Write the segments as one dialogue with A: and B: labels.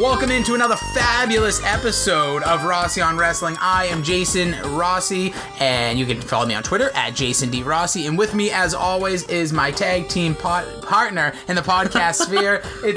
A: Welcome into another fabulous episode of Rossi on Wrestling. I am Jason Rossi, and you can follow me on Twitter at Jason D Rossi. And with me, as always, is my tag team pot- partner in the podcast sphere. It's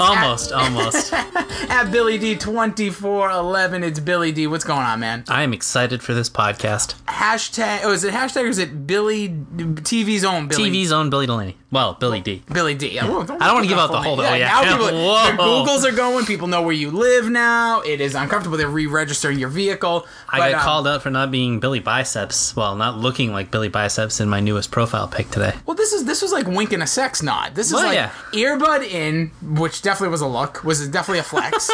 B: Almost, almost.
A: at, at Billy D twenty four eleven. It's Billy D. What's going on, man?
B: I am excited for this podcast.
A: Hashtag. Oh, is it hashtag or is it Billy TV's own Billy?
B: TV's own Billy Delaney. Well, Billy D.
A: Billy D. I don't,
B: I don't wanna give out the
A: full
B: whole-
A: name.
B: oh, yeah.
A: Now people,
B: Whoa.
A: their Googles are going. People know where you live now. It is uncomfortable. They're re-registering your vehicle.
B: I
A: But,
B: got
A: um,
B: called out for not being Billy Biceps. Well, not looking like Billy Biceps in my newest profile pic today.
A: Well, this is this was like wink and a sex nod. This is
B: Well,
A: like
B: yeah.
A: earbud in, which definitely was a look. Was definitely a flex.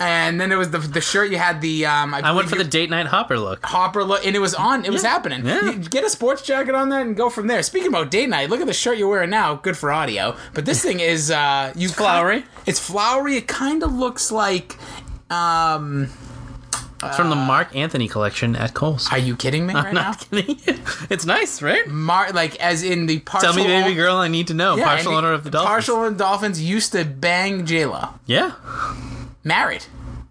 A: and then it was the the shirt you had the um.
B: I
A: believe
B: went for
A: you-
B: the date night hopper look.
A: Hopper look, and it was on. It was happening.
B: Yeah.
A: You get a sports jacket on that and go from there. Speaking about date night, look at the shirt you're wearing now. Good for audio, but this thing is uh, you kin-
B: flowery.
A: it's flowery. It kind of looks like. Um,
B: It's from the Mark Anthony collection at Kohl's.
A: are you kidding me right now?
B: Not kidding. it's nice, right?
A: Mar- like as in the partial.
B: Tell me, baby
A: own-
B: girl, I need to know.
A: Mm, Yeah,
B: partial
A: and
B: owner of the Dolphins.
A: Partial owner of the Dolphins used to bang Jayla.
B: Yeah.
A: Married.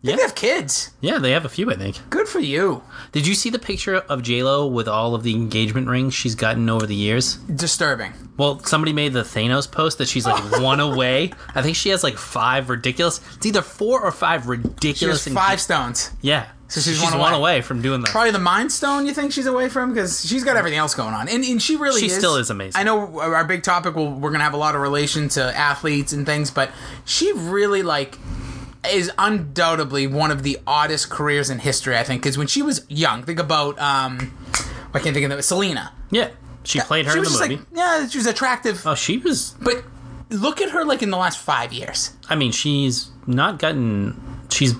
A: They
B: Yeah.
A: could have kids.
B: Yeah, they have a few, I think.
A: Good for you.
B: Did you see the picture of JLo with all of the engagement rings she's gotten over the years?
A: Disturbing.
B: Well, somebody made the Thanos post that she's like one away. I think she has like five ridiculous. It's either four or five
A: She
B: ridiculous.
A: was five stones.
B: yeah, so
A: she's
B: one,
A: one
B: away.
A: away
B: from doing the.
A: Probably the Mind Stone you think she's away from because she's got everything else going on, and, and she really
B: She
A: is.
B: still is amazing.
A: I know our big topic. Will we're gonna have a lot of relation to athletes and things, but she really like is undoubtedly one of the oddest careers in history. I think because when she was young, think about um, I can't think of that. Selena.
B: yeah, she played her
A: She
B: in
A: was
B: the
A: just
B: movie.
A: like yeah, she was attractive,
B: oh, she was.
A: but look at her like in the last five years.
B: I mean, she's not gotten. She's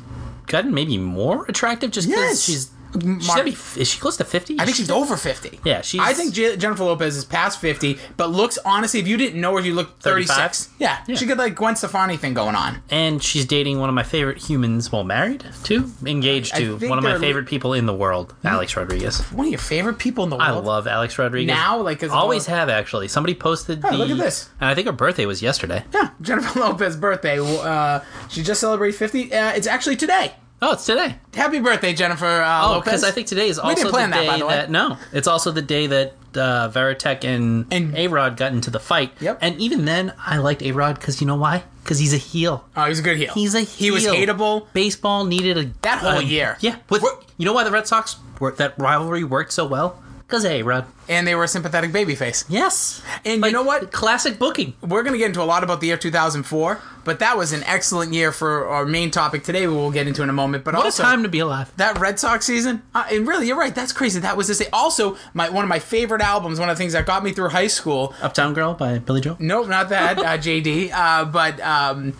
B: gotten maybe more attractive just because
A: Yes.
B: she's.
A: Mar-
B: she's gotta be, is she close to fifty?
A: I think she's over 50.
B: Yeah, she's-
A: I think Je- Jennifer Lopez is past 50, but looks honestly, if you didn't know her, you looked 36.
B: 35?
A: Yeah,
B: Yeah.
A: she got like Gwen Stefani thing going on.
B: and she's dating one of my favorite humans. Well, married to, engaged
A: I
B: to
A: think
B: one of my
A: they're- Mm-hmm.
B: favorite people in the world, Alex Rodriguez.
A: One of your favorite people in the
B: I
A: world.
B: love Alex Rodriguez.
A: Now, like, 'cause of
B: always
A: all-
B: have actually. Somebody posted.
A: Oh,
B: the,
A: look at this.
B: And I think her birthday was yesterday.
A: yeah, Jennifer Lopez's birthday. Uh, she just celebrated 50. Uh, it's actually today.
B: Oh, it's today.
A: Happy birthday, Jennifer uh,
B: Oh,
A: Lopez.
B: because I think today is also
A: didn't plan
B: the
A: that,
B: day
A: by
B: that,
A: the way.
B: no, it's also the day that uh, Veritek and,
A: And-
B: A Rod got into the fight.
A: Yep.
B: And even then, I liked A Rod because you know why? Because he's a heel.
A: Oh, he's a good heel.
B: He's a heel.
A: He was hateable.
B: Baseball needed a
A: That whole
B: a-
A: year.
B: Yeah. With,
A: We're-
B: you know why the Red Sox were, that rivalry worked so well? Because A Rod.
A: And they were a sympathetic babyface.
B: Yes.
A: And you know what?
B: Classic booking.
A: We're going to get into a lot about the year 2004, but that was an excellent year for our main topic today, we'll get into in a moment. But
B: What
A: also,
B: a time to be alive.
A: that Red Sox season, uh, and really, you're right. That's crazy. That was this. Also, my one of my favorite albums, one of the things that got me through high school.
B: Uptown Girl by Billy Joel.
A: Nope, not that uh, JD, uh, but um,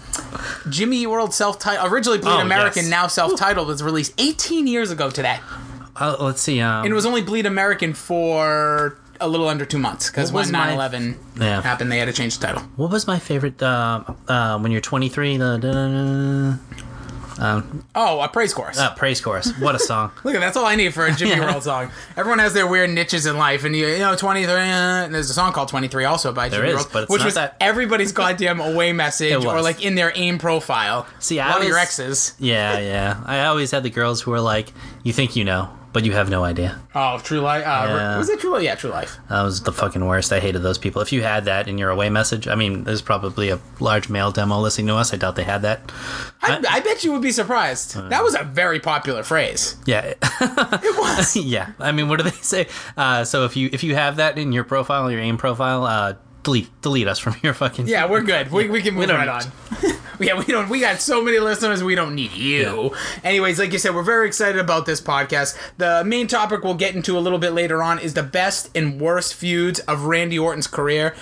A: Jimmy Eat World self-titled, originally Bleed
B: Oh,
A: American,
B: yes.
A: now self-titled, was released 18 years ago today,
B: Uh, let's see. Um,
A: and it was only Bleed American for a little under two months because
B: What
A: when
B: was my-
A: 9/11
B: Yeah.
A: happened, they had to change the title.
B: What was my favorite? Uh, uh, when you're 23, the da, da, da, da, um,
A: Oh, a praise chorus.
B: uh, praise chorus. What a song!
A: Look, that's all I need for a Jimmy
B: Yeah.
A: World song. Everyone has their weird niches in life, and you, you know, twenty three. And there's a song called Twenty Three, also by Jimmy
B: is,
A: World,
B: but it's
A: which
B: not
A: was
B: that-
A: everybody's goddamn away message,
B: It
A: or
B: was.
A: like in their AIM profile.
B: See,
A: a
B: I
A: lot of your
B: was-
A: exes.
B: yeah, yeah. I always had the girls who were like, "You think you know, but you have no idea."
A: Oh, True Life. Uh,
B: Yeah. Uh,
A: Was it True Life? Yeah, True Life.
B: That was the fucking worst. I hated those people. If you had that in your away message, I mean, there's probably a large male demo listening to us. I doubt they had that.
A: I, I bet you would be surprised.
B: Uh.
A: that was a very popular phrase.
B: Yeah,
A: It was.
B: yeah. I mean, what do they say? Uh, so if you if you have that in your profile, your aim profile, uh, delete delete us from your fucking
A: yeah, we're good. We, we can move
B: don't
A: right on.
B: need
A: yeah, we don't. We got so many listeners. We don't need you. Anyways, like you said, we're very excited about this podcast. The main topic we'll get into a little bit later on is the best and worst feuds of Randy Orton's career,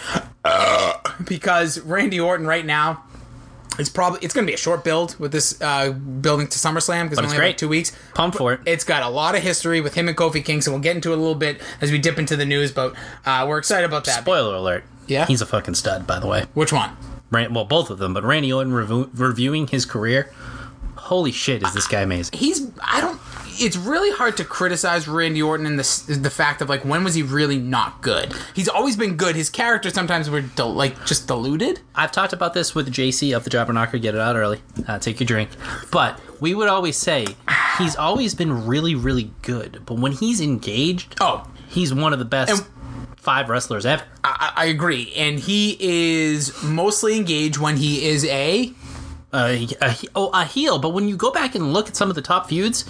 B: Uh.
A: because Randy Orton right now. It's probably it's going to be a short build with this uh, building to SummerSlam because we only have
B: it's
A: like
B: great.
A: two weeks.
B: Pumped for it.
A: It's got a lot of history with him and Kofi Kingston. We'll get into it a little bit as we dip into the news, but uh, we're excited about that.
B: Spoiler alert.
A: Yeah?
B: he's a fucking stud, by the way.
A: Which one?
B: Ran, well, both of them, but Randy Orton revu reviewing his career. Holy shit, is this guy amazing?
A: He's I don't it's really hard to criticize Randy Orton in the the fact of like when was he really not good? He's always been good. His character sometimes were del- like just diluted.
B: I've talked about this with JC of the Jobber Knocker. Get it out early. Uh, take your drink. But we would always say he's always been really, really good. But when he's engaged,
A: Oh,
B: he's one of the best
A: And-
B: five wrestlers ever.
A: I, I I agree, and he is mostly engaged when he is a
B: Uh, he- a he- oh, a heel. But when you go back and look at some of the top feuds,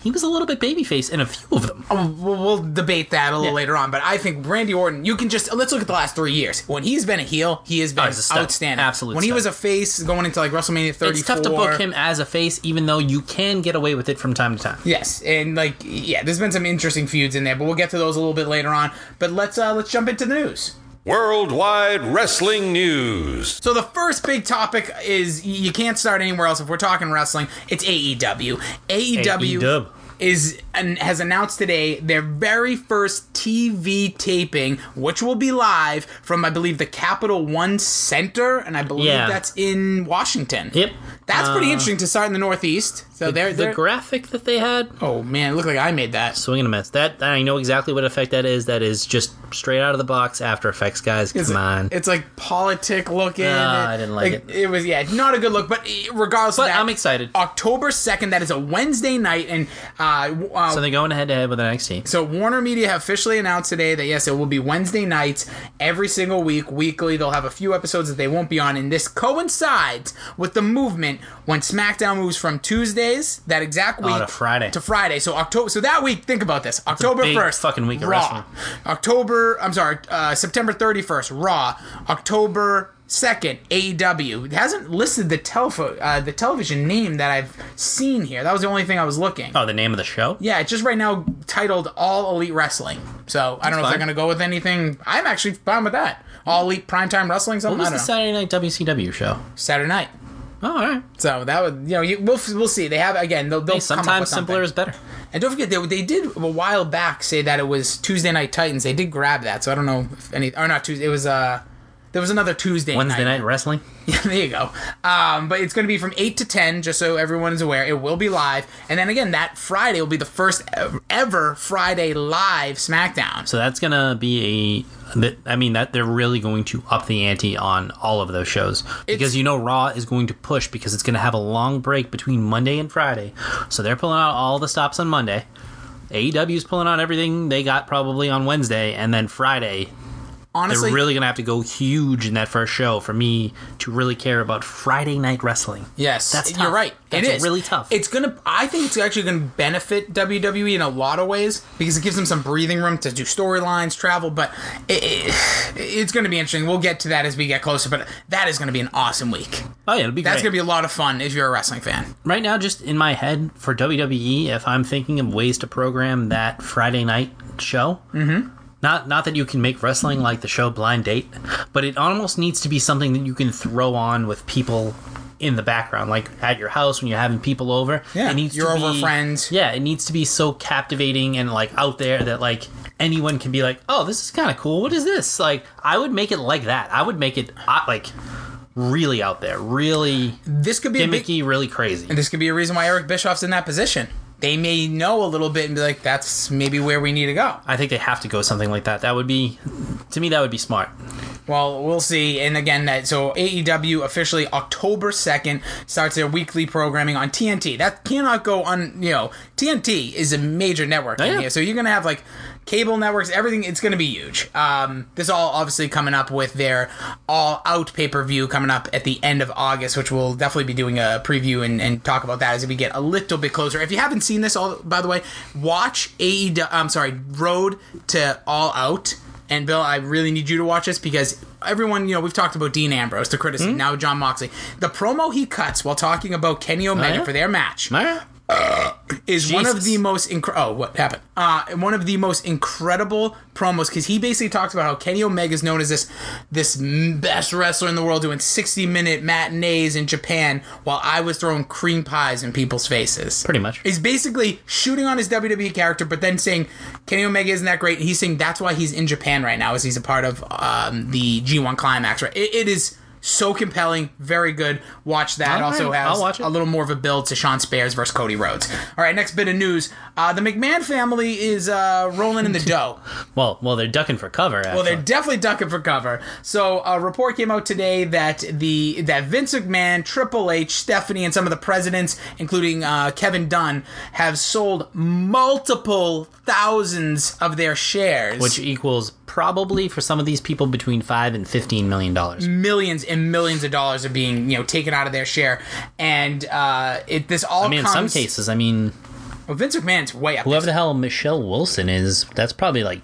B: he was a little bit babyface in a few of them.
A: We'll, we'll debate that a little
B: Yeah.
A: later on, but I think Randy Orton. You can just let's look at the last three years. When he's been a heel, he has been
B: he's a stud.
A: outstanding.
B: Absolute
A: When he
B: stud.
A: was a face, going into like WrestleMania 34.
B: It's tough to book him as a face, even though you can get away with it from time to time.
A: Yes, and like yeah, there's been some interesting feuds in there, but we'll get to those a little bit later on. But let's uh let's jump into the news.
C: Worldwide Wrestling News.
A: So the first big topic is y- you can't start anywhere else if we're talking wrestling. It's E AEW. AEW
B: AEW.
A: E is and has announced today their very first TV taping, which will be live from I believe the Capital One Center, and I believe
B: Yeah.
A: that's in Washington.
B: Yep.
A: That's pretty
B: Uh,
A: interesting to start in the Northeast. So they're,
B: The
A: they're
B: graphic that they had
A: oh man, it looked like I made that.
B: Swing and a miss. That I know exactly what effect that is. That is just straight out of the box After Effects, guys. Come
A: It's,
B: on.
A: it's like politic looking.
B: Ah, I didn't like it.
A: It was yeah, not a good look. But eh, regardless,
B: But
A: of that,
B: I'm excited.
A: October second. That is a Wednesday night, and uh, w- uh,
B: so
A: so,
B: they're going head to head with NXT.
A: Warner Media have officially announced today that yes, it will be Wednesday nights every single week, weekly. They'll have a few episodes that they won't be on, and this coincides with the movement when SmackDown moves from Tuesdays that exact week
B: Oh, to Friday.
A: to Friday. So October. So that week, think about this: October
B: big
A: first,
B: fucking week of
A: Raw.
B: wrestling.
A: October, I'm sorry, uh, September 31st, Raw. October 2nd, AEW. It hasn't listed the telefo- uh, the television name that I've seen here. That was the only thing I was looking.
B: Oh, the name of the show?
A: Yeah, it's just right now titled All Elite Wrestling. So I don't know if
B: fine.
A: they're going to go with anything. I'm actually fine with that. All Elite Primetime Wrestling,
B: What
A: something?
B: was
A: I don't
B: the
A: know.
B: Saturday night WCW show?
A: Saturday night.
B: Oh, all right.
A: So that would, you know, you, we'll, we'll see. They have, again, they'll, they'll
B: Hey,
A: come up
B: sometimes
A: with something.
B: simpler is better.
A: And don't forget, they, they did a while back say that it was Tuesday Night Titans. They did grab that, so I don't know if any or not Tuesday. It was uh, there was another Tuesday
B: Wednesday night wrestling.
A: Yeah, there you go. Um, but it's going to be from eight to ten, just so everyone is aware. It will be live, and then again that Friday will be the first ev- ever Friday live SmackDown.
B: So that's gonna be a. that- I mean that they're really going to up the ante on all of those shows because you know Raw is going to push because it's going to have a long break between Monday and Friday, so they're pulling out all the stops on Monday. AEW's pulling out everything they got probably on Wednesday and then Friday. They're
A: Honestly,
B: really gonna have to go huge in that first show for me to really care about Friday night wrestling.
A: Yes,
B: That's
A: you're
B: tough.
A: right.
B: That's
A: it is
B: really tough.
A: It's gonna. I think it's actually gonna benefit WWE in a lot of ways because it gives them some breathing room to do storylines, travel. But it, it- it's gonna be interesting. We'll get to that as we get closer. But that is gonna be an awesome week.
B: Oh yeah, it'll be
A: That's
B: great.
A: gonna be a lot of fun if you're a wrestling fan.
B: right now just in my head for WWE if I'm thinking of ways to program that Friday night show. Mm-hmm. Not not that you can make wrestling like the show Blind Date, but it almost needs to be something that you can throw on with people in the background, like at your house when you're having people over.
A: Yeah,
B: it needs
A: you're
B: to
A: over
B: be,
A: friends.
B: Yeah, it needs to be so captivating and like out there that like anyone can be like, oh, this is kind of cool. What is this? Like, I would make it like that. I would make it uh, like really out there, really
A: This could be a big,
B: gimmicky, really crazy.
A: This could be a reason why Eric Bischoff's in that position. They may know a little bit and be like, "That's maybe where we need to go."
B: I think they have to go something like that. That would be, to me, that would be smart.
A: Well, we'll see. And again, that so AEW officially October second starts their weekly programming on TNT. That cannot go on. You know, TNT is a major network. in
B: yeah.
A: here. So you're gonna have like cable networks, everything. It's gonna be huge. Um, this all obviously coming up with their all out pay per view coming up at the end of August, which we'll definitely be doing a preview and, and talk about that as we get a little bit closer. If you haven't seen this, all by the way, watch AEW. I'm sorry, Road to All Out. And Bill, I really need you to watch this because everyone, you know, we've talked about Dean Ambrose, the criticism, now John Moxley. The promo he cuts while talking about Kenny Omega
B: yeah?
A: for their match
B: Alright.
A: is one of
B: Jesus.
A: the most incre- oh what happened uh one of the most incredible promos because he basically talks about how Kenny Omega is known as this this m- best wrestler in the world doing 60 minute matinees in Japan while I was throwing cream pies in people's faces
B: Pretty much.
A: is basically shooting on his WWE character but then saying Kenny Omega isn't that great he's saying that's why he's in Japan right now is he's a part of um the G1 climax right it, it is So compelling, very good. Watch that.
B: All
A: also
B: right,
A: has
B: I'll watch it.
A: a little more of a build to Sean Spears versus Cody Rhodes. All right, next bit of news: uh, the McMahon family is uh, rolling in the dough.
B: Well, well, they're ducking for cover. Actually.
A: Well, they're definitely ducking for cover. So a report came out today that the that Vince McMahon, Triple H, Stephanie, and some of the presidents, including uh, Kevin Dunn, have sold multiple thousands of their shares,
B: which equals probably for some of these people between five and fifteen million dollars.
A: millions and millions of dollars are being you know taken out of their share, and uh, it this all
B: I mean, in
A: comes,
B: some cases, I mean,
A: well, Vince McMahon's way up.
B: whoever
A: there.
B: the hell Michelle Wilson is, that's probably like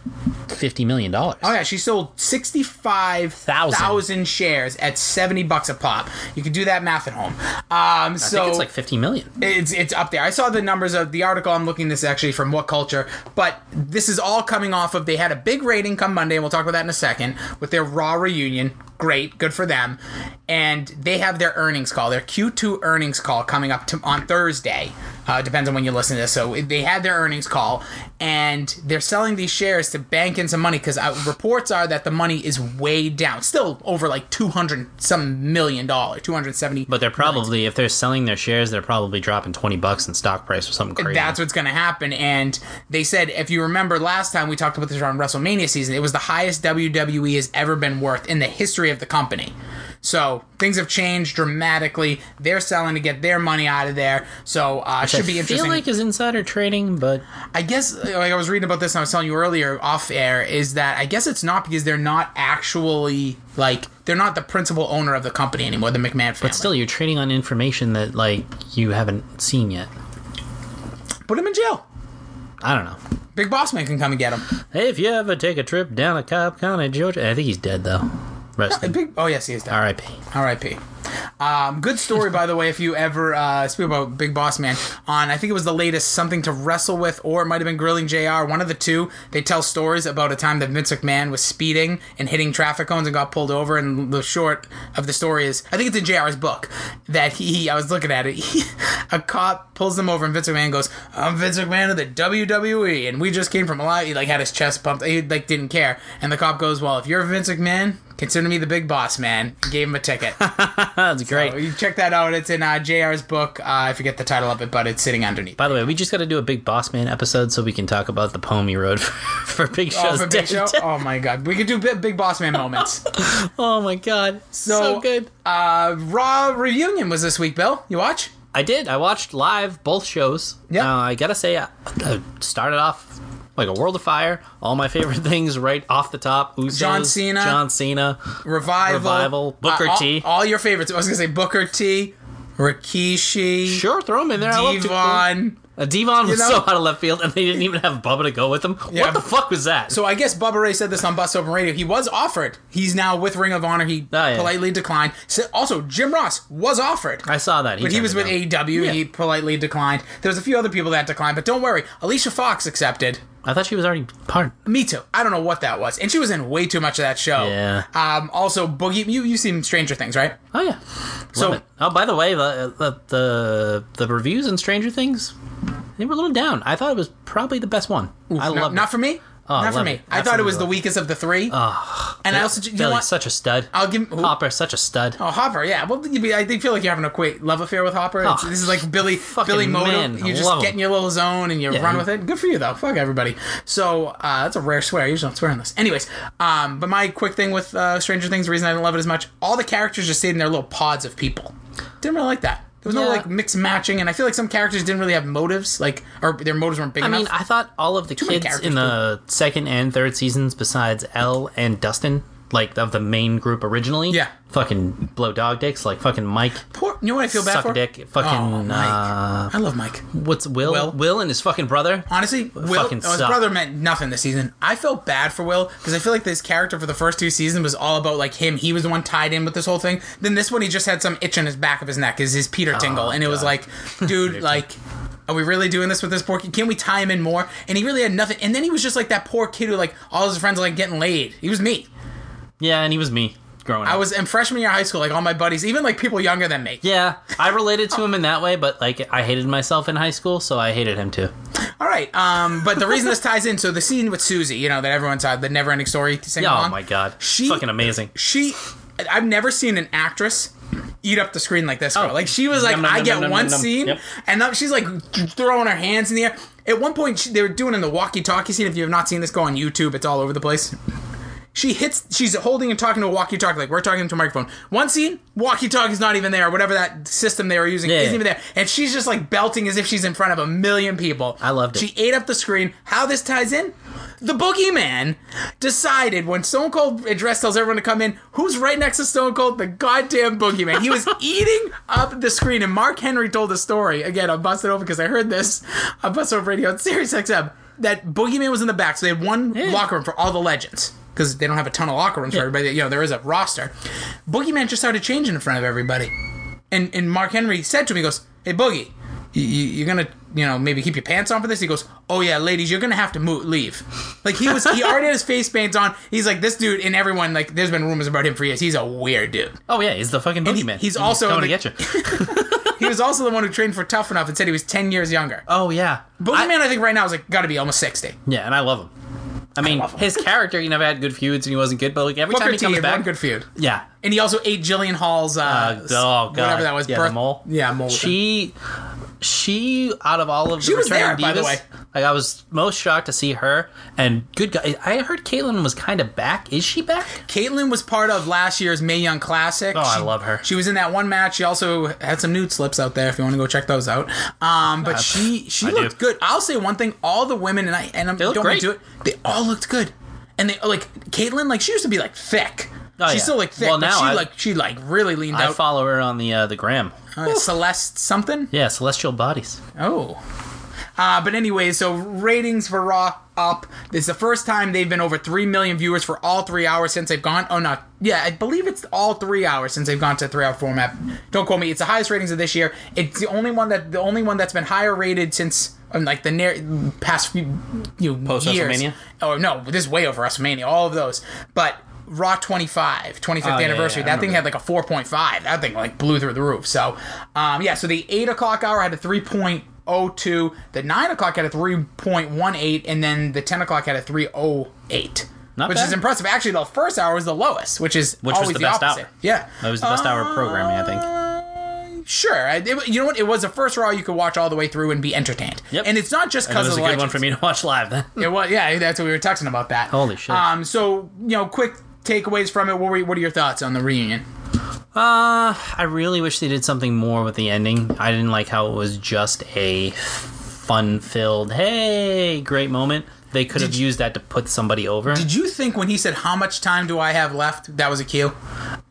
B: fifty million dollars.
A: Oh yeah, she sold sixty five thousand shares at seventy bucks a pop. You can do that math at home. Um,
B: I
A: so
B: think it's like fifty million.
A: It's it's up there. I saw the numbers of the article. I'm looking this actually from What Culture, but this is all coming off of they had a big rating come Monday, and we'll talk about that in a second with their Raw reunion. Great, good for them. And they have their earnings call, their Q2 earnings call coming up to, on Thursday. Uh, depends on when you listen to this. So they had their earnings call, and they're selling these shares to bank in some money because reports are that the money is way down, still over like 200 some million dollars, 270.
B: But they're probably, if they're selling their shares, they're probably dropping twenty bucks in stock price or something crazy.
A: That's what's going to happen. And they said, if you remember last time we talked about this around WrestleMania season, it was the highest WWE has ever been worth in the history of the company. So things have changed dramatically. They're selling to get their money out of there. So uh, it should be
B: I
A: interesting.
B: feel like is insider trading, but
A: I guess, uh, like I was reading about this and I was telling you earlier off air, is that I guess it's not because they're not actually like they're not the principal owner of the company anymore, the McMahon family. But
B: still, you're trading on information that like you haven't seen yet.
A: put him in jail.
B: I don't know.
A: Big Boss Man can come and get him.
B: Hey, if you ever take a trip down to Cobb County, Georgia, I think he's dead though. Rest in
A: Big, oh yes, he is. Dead.
B: R.I.P.
A: R.I.P. Um, good story, by the way. If you ever uh, speak about Big Boss Man on, I think it was the latest something to wrestle with, or it might have been Grilling Jr. One of the two. They tell stories about a time that Vince McMahon was speeding and hitting traffic cones and got pulled over. And the short of the story is, I think it's in Jr.'s book that he. I was looking at it. He, a cop pulls him over, and Vince McMahon goes, "I'm Vince McMahon of the WWE, and we just came from a lot." He like had his chest pumped. He like didn't care. And the cop goes, "Well, if you're Vince McMahon." Consider me the big boss man. Gave him a ticket.
B: That's great.
A: So Oh, you check that out. It's in uh, JR's book. Uh, I forget the title of it, but it's sitting underneath.
B: By the way, we just got to do a big Boss Man episode so we can talk about the poem he wrote for, for Big
A: Oh,
B: Show's
A: for Big Show?
B: death.
A: oh my god, we could do big, big boss man moments.
B: Oh my god, so,
A: So-
B: good!
A: Uh, Raw reunion was this week, Bill. You watch?
B: I did. I watched live both shows.
A: Yeah.
B: Uh, I gotta say, I, I started off like a world of fire. All my favorite things right off the top. Usos,
A: John Cena.
B: John Cena.
A: Revival, Uh,
B: Revival, Booker
A: all-
B: T.
A: all your favorites. I was gonna say Booker T, Rikishi,
B: Sure, throw him in there. I love to-
A: Devon.
B: Uh, Devon was
A: know?
B: so out of left field, and they didn't even have Bubba to go with him.
A: Yeah.
B: What the fuck was that?
A: So I guess Bubba Ray said this on Bust Open Radio. He was offered. He's now with Ring of Honor. He
B: Oh, yeah.
A: politely declined. So- Also, Jim Ross was offered.
B: I saw that.
A: But he
B: turned
A: was
B: it
A: with
B: down.
A: AEW.
B: Yeah.
A: He politely declined. There was a few other people that declined, but don't worry. Alicia Fox accepted.
B: I thought she was already part.
A: Me too. I don't know what that was, and she was in way too much of that show.
B: Yeah.
A: Um. Also, Boogie, you you seen Stranger Things, right?
B: Oh yeah.
A: So-
B: Love it. oh, by the way, the, the the the reviews in Stranger Things, they were a little down. I thought it was probably the best one. I
A: No,
B: love
A: not
B: it. Oh,
A: for me.
B: I
A: not for
B: love
A: me.
B: it.
A: I thought it was
B: Absolutely
A: the
B: love it.
A: weakest of the three. and I also you know
B: Billy's
A: what?
B: such a stud.
A: I'll give who?
B: Hopper such a stud.
A: Oh, Hopper, yeah. Well, you be, I think feel like you're having a quick love affair with Hopper. It's-
B: Oh,
A: this is like Billy,
B: fucking
A: Billy Moto.
B: man, I
A: You just
B: love
A: get
B: him.
A: in your little zone and you run with it. Good for you though. Fuck everybody. So uh, that's a rare swear. I usually don't swear on this. Anyways, um, but my quick thing with uh, Stranger Things, the reason I didn't love it as much, all the characters just stayed in their little pods of people. Didn't really like that. There was no
B: Yeah.
A: like mix matching, and I feel like some characters didn't really have motives, like or their motives weren't big
B: I
A: enough.
B: mean, I thought all of the
A: many
B: kids
A: characters,
B: in the second and third seasons, besides Elle and Dustin, like of the main group originally,
A: Yeah.
B: fucking blow dog dicks, like fucking Mike,
A: Poor, you know what I feel bad
B: suck
A: for?
B: a dick,
A: Oh,
B: fucking
A: Mike.
B: uh,
A: I love Mike.
B: what's Will?
A: Will. Uh,
B: Will, and his fucking brother.
A: Honestly, Will,
B: fucking
A: oh, his
B: suck.
A: brother meant nothing this season. I felt bad for Will because I feel like this character for the first two seasons was all about like him. He was the one tied in with this whole thing. Then this one, he just had some itch on his back of his neck, is his
B: Oh,
A: Peter tingle, and it was like, dude, like. Are we really doing this with this poor kid? Can we tie him in more? And he really had nothing. And then he was just like that poor kid who, like, all his friends are like getting laid. He was me.
B: Yeah, and he was me growing
A: I
B: up.
A: was in freshman year of high school, like all my buddies, even like people younger than me.
B: Yeah, I related to him in that way, but like I hated myself in high school, so I hated him too.
A: All right. Um, but the reason this ties in, so the scene with Susie, you know, that everyone's had the never ending uh, story sing
B: Oh
A: along.
B: my god,
A: She-
B: fucking amazing.
A: she I've never seen an actress eat up the screen like this girl. Like she was like,
B: Oh. Nom, nom,
A: I
B: nom,
A: get
B: nom, nom,
A: one
B: nom.
A: scene,
B: Yep.
A: and then she's like throwing her hands in the air. At one point, she, they were doing in the walkie-talkie scene. If you have not seen this, go on YouTube. It's all over the place. She hits. She's holding and talking to a walkie-talkie, like we're talking to a microphone. One scene, walkie-talkie's not even there. Whatever that system they were using
B: Yeah.
A: isn't even there, and she's just like belting as if she's in front of a million people.
B: I loved it.
A: She ate up the screen. How this ties in? The boogeyman decided when Stone Cold address tells everyone to come in, who's right next to Stone Cold? The goddamn boogeyman. He was eating up the screen, and Mark Henry told the story again. I'm busted over because I heard this on Busted Over Radio on Sirius XM that boogeyman was in the back, so they had one locker room for all the legends. Because they don't have a ton of locker rooms for everybody. You know, there is a roster. Boogeyman just started changing in front of everybody. And and Mark Henry said to me, he goes, Hey, Boogie, you, you- you're gonna you know maybe keep your pants on for this he goes oh yeah ladies you're gonna have to move leave like he was he already had his face paints on he's like this dude and everyone like there's been rumors about him for years he's a weird dude
B: Oh yeah, he's the fucking
A: he-
B: boogeyman.
A: he's also
B: coming
A: the-
B: to get you.
A: he was also the one who trained for tough enough and said he was 10 years younger
B: Oh yeah,
A: boogeyman I, think right now is like gotta be almost 60
B: yeah, and I love him. I mean,
A: love him.
B: his character, he never had good feuds and he wasn't good, but like every time
A: Booker
B: he
A: T
B: comes
A: had one
B: back,
A: good feud
B: yeah,
A: and he also ate Jillian Hall's uh,
B: Uh,
A: s-
B: oh god,
A: whatever that was
B: yeah,
A: birth-
B: the mole.
A: yeah mole thing.
B: She, she, out of all of
A: She
B: the
A: was
B: returning
A: there, by the
B: divas,
A: way.
B: Like I was most shocked to see her. And good guy, I heard Caitlyn was kind of back. Is she back?
A: Caitlyn was part of last year's Mae Young Classic.
B: Oh, I
A: She-
B: love her.
A: She was in that one match. She also had some nude slips out there if you want to go check those out. Um, but she she
B: I do.
A: looked good. I'll say one thing: all the women and I and I'm
B: looked
A: don't mean
B: great.
A: to do it. They all looked good, and they like Caitlyn. Like she used to be like thick.
B: Oh,
A: She's
B: yeah.
A: still like thick,
B: Well,
A: but
B: now
A: she
B: I-
A: like she like really leaned
B: I
A: out.
B: follow her on the uh, the gram.
A: Uh, Celeste something.
B: Yeah, celestial bodies.
A: Oh. Uh, but anyway, so ratings for Raw up. This is the first time they've been over 3 million viewers for all three hours since they've gone. Oh, no. Yeah, I believe it's all three hours since they've gone to a three hour format. Don't quote me. It's the highest ratings of this year. It's the only one that the only one that's been higher rated since um, like the near past few you know,
B: Post
A: years.
B: WrestleMania?
A: Oh no, this is way over WrestleMania. All of those, but Raw 25, 25th
B: Oh, yeah, yeah,
A: anniversary.
B: I
A: that thing
B: remember
A: had like a 4.5. That thing like blew through the roof. So, um, yeah. So the eight o'clock hour had a 3.02. The nine o'clock had a 3.18, and then the 10 o'clock had a 3.08.
B: Not
A: which
B: bad.
A: is impressive. Actually, the first hour was the lowest, which is
B: Which was
A: always
B: the best
A: opposite.
B: hour.
A: Yeah,
B: That was the best hour of programming, I think.
A: think. Sure, I- it- you know what? It was the first Raw you could watch all the way through and be entertained.
B: Yep.
A: And it's not just
B: That
A: because
B: was
A: of
B: a
A: the
B: good one
A: legends.
B: for me to watch live. Then
A: It was, yeah, that's what we were talking about. That
B: Holy shit.
A: Um, so you know, quick takeaways from it. What were what are your thoughts on the reunion?
B: Uh, I really wish they did something more with the ending. I didn't like how it was just a fun-filled, hey, great moment. They could have used that to put somebody over.
A: Did you think when he said how much time do I have left, that was a cue?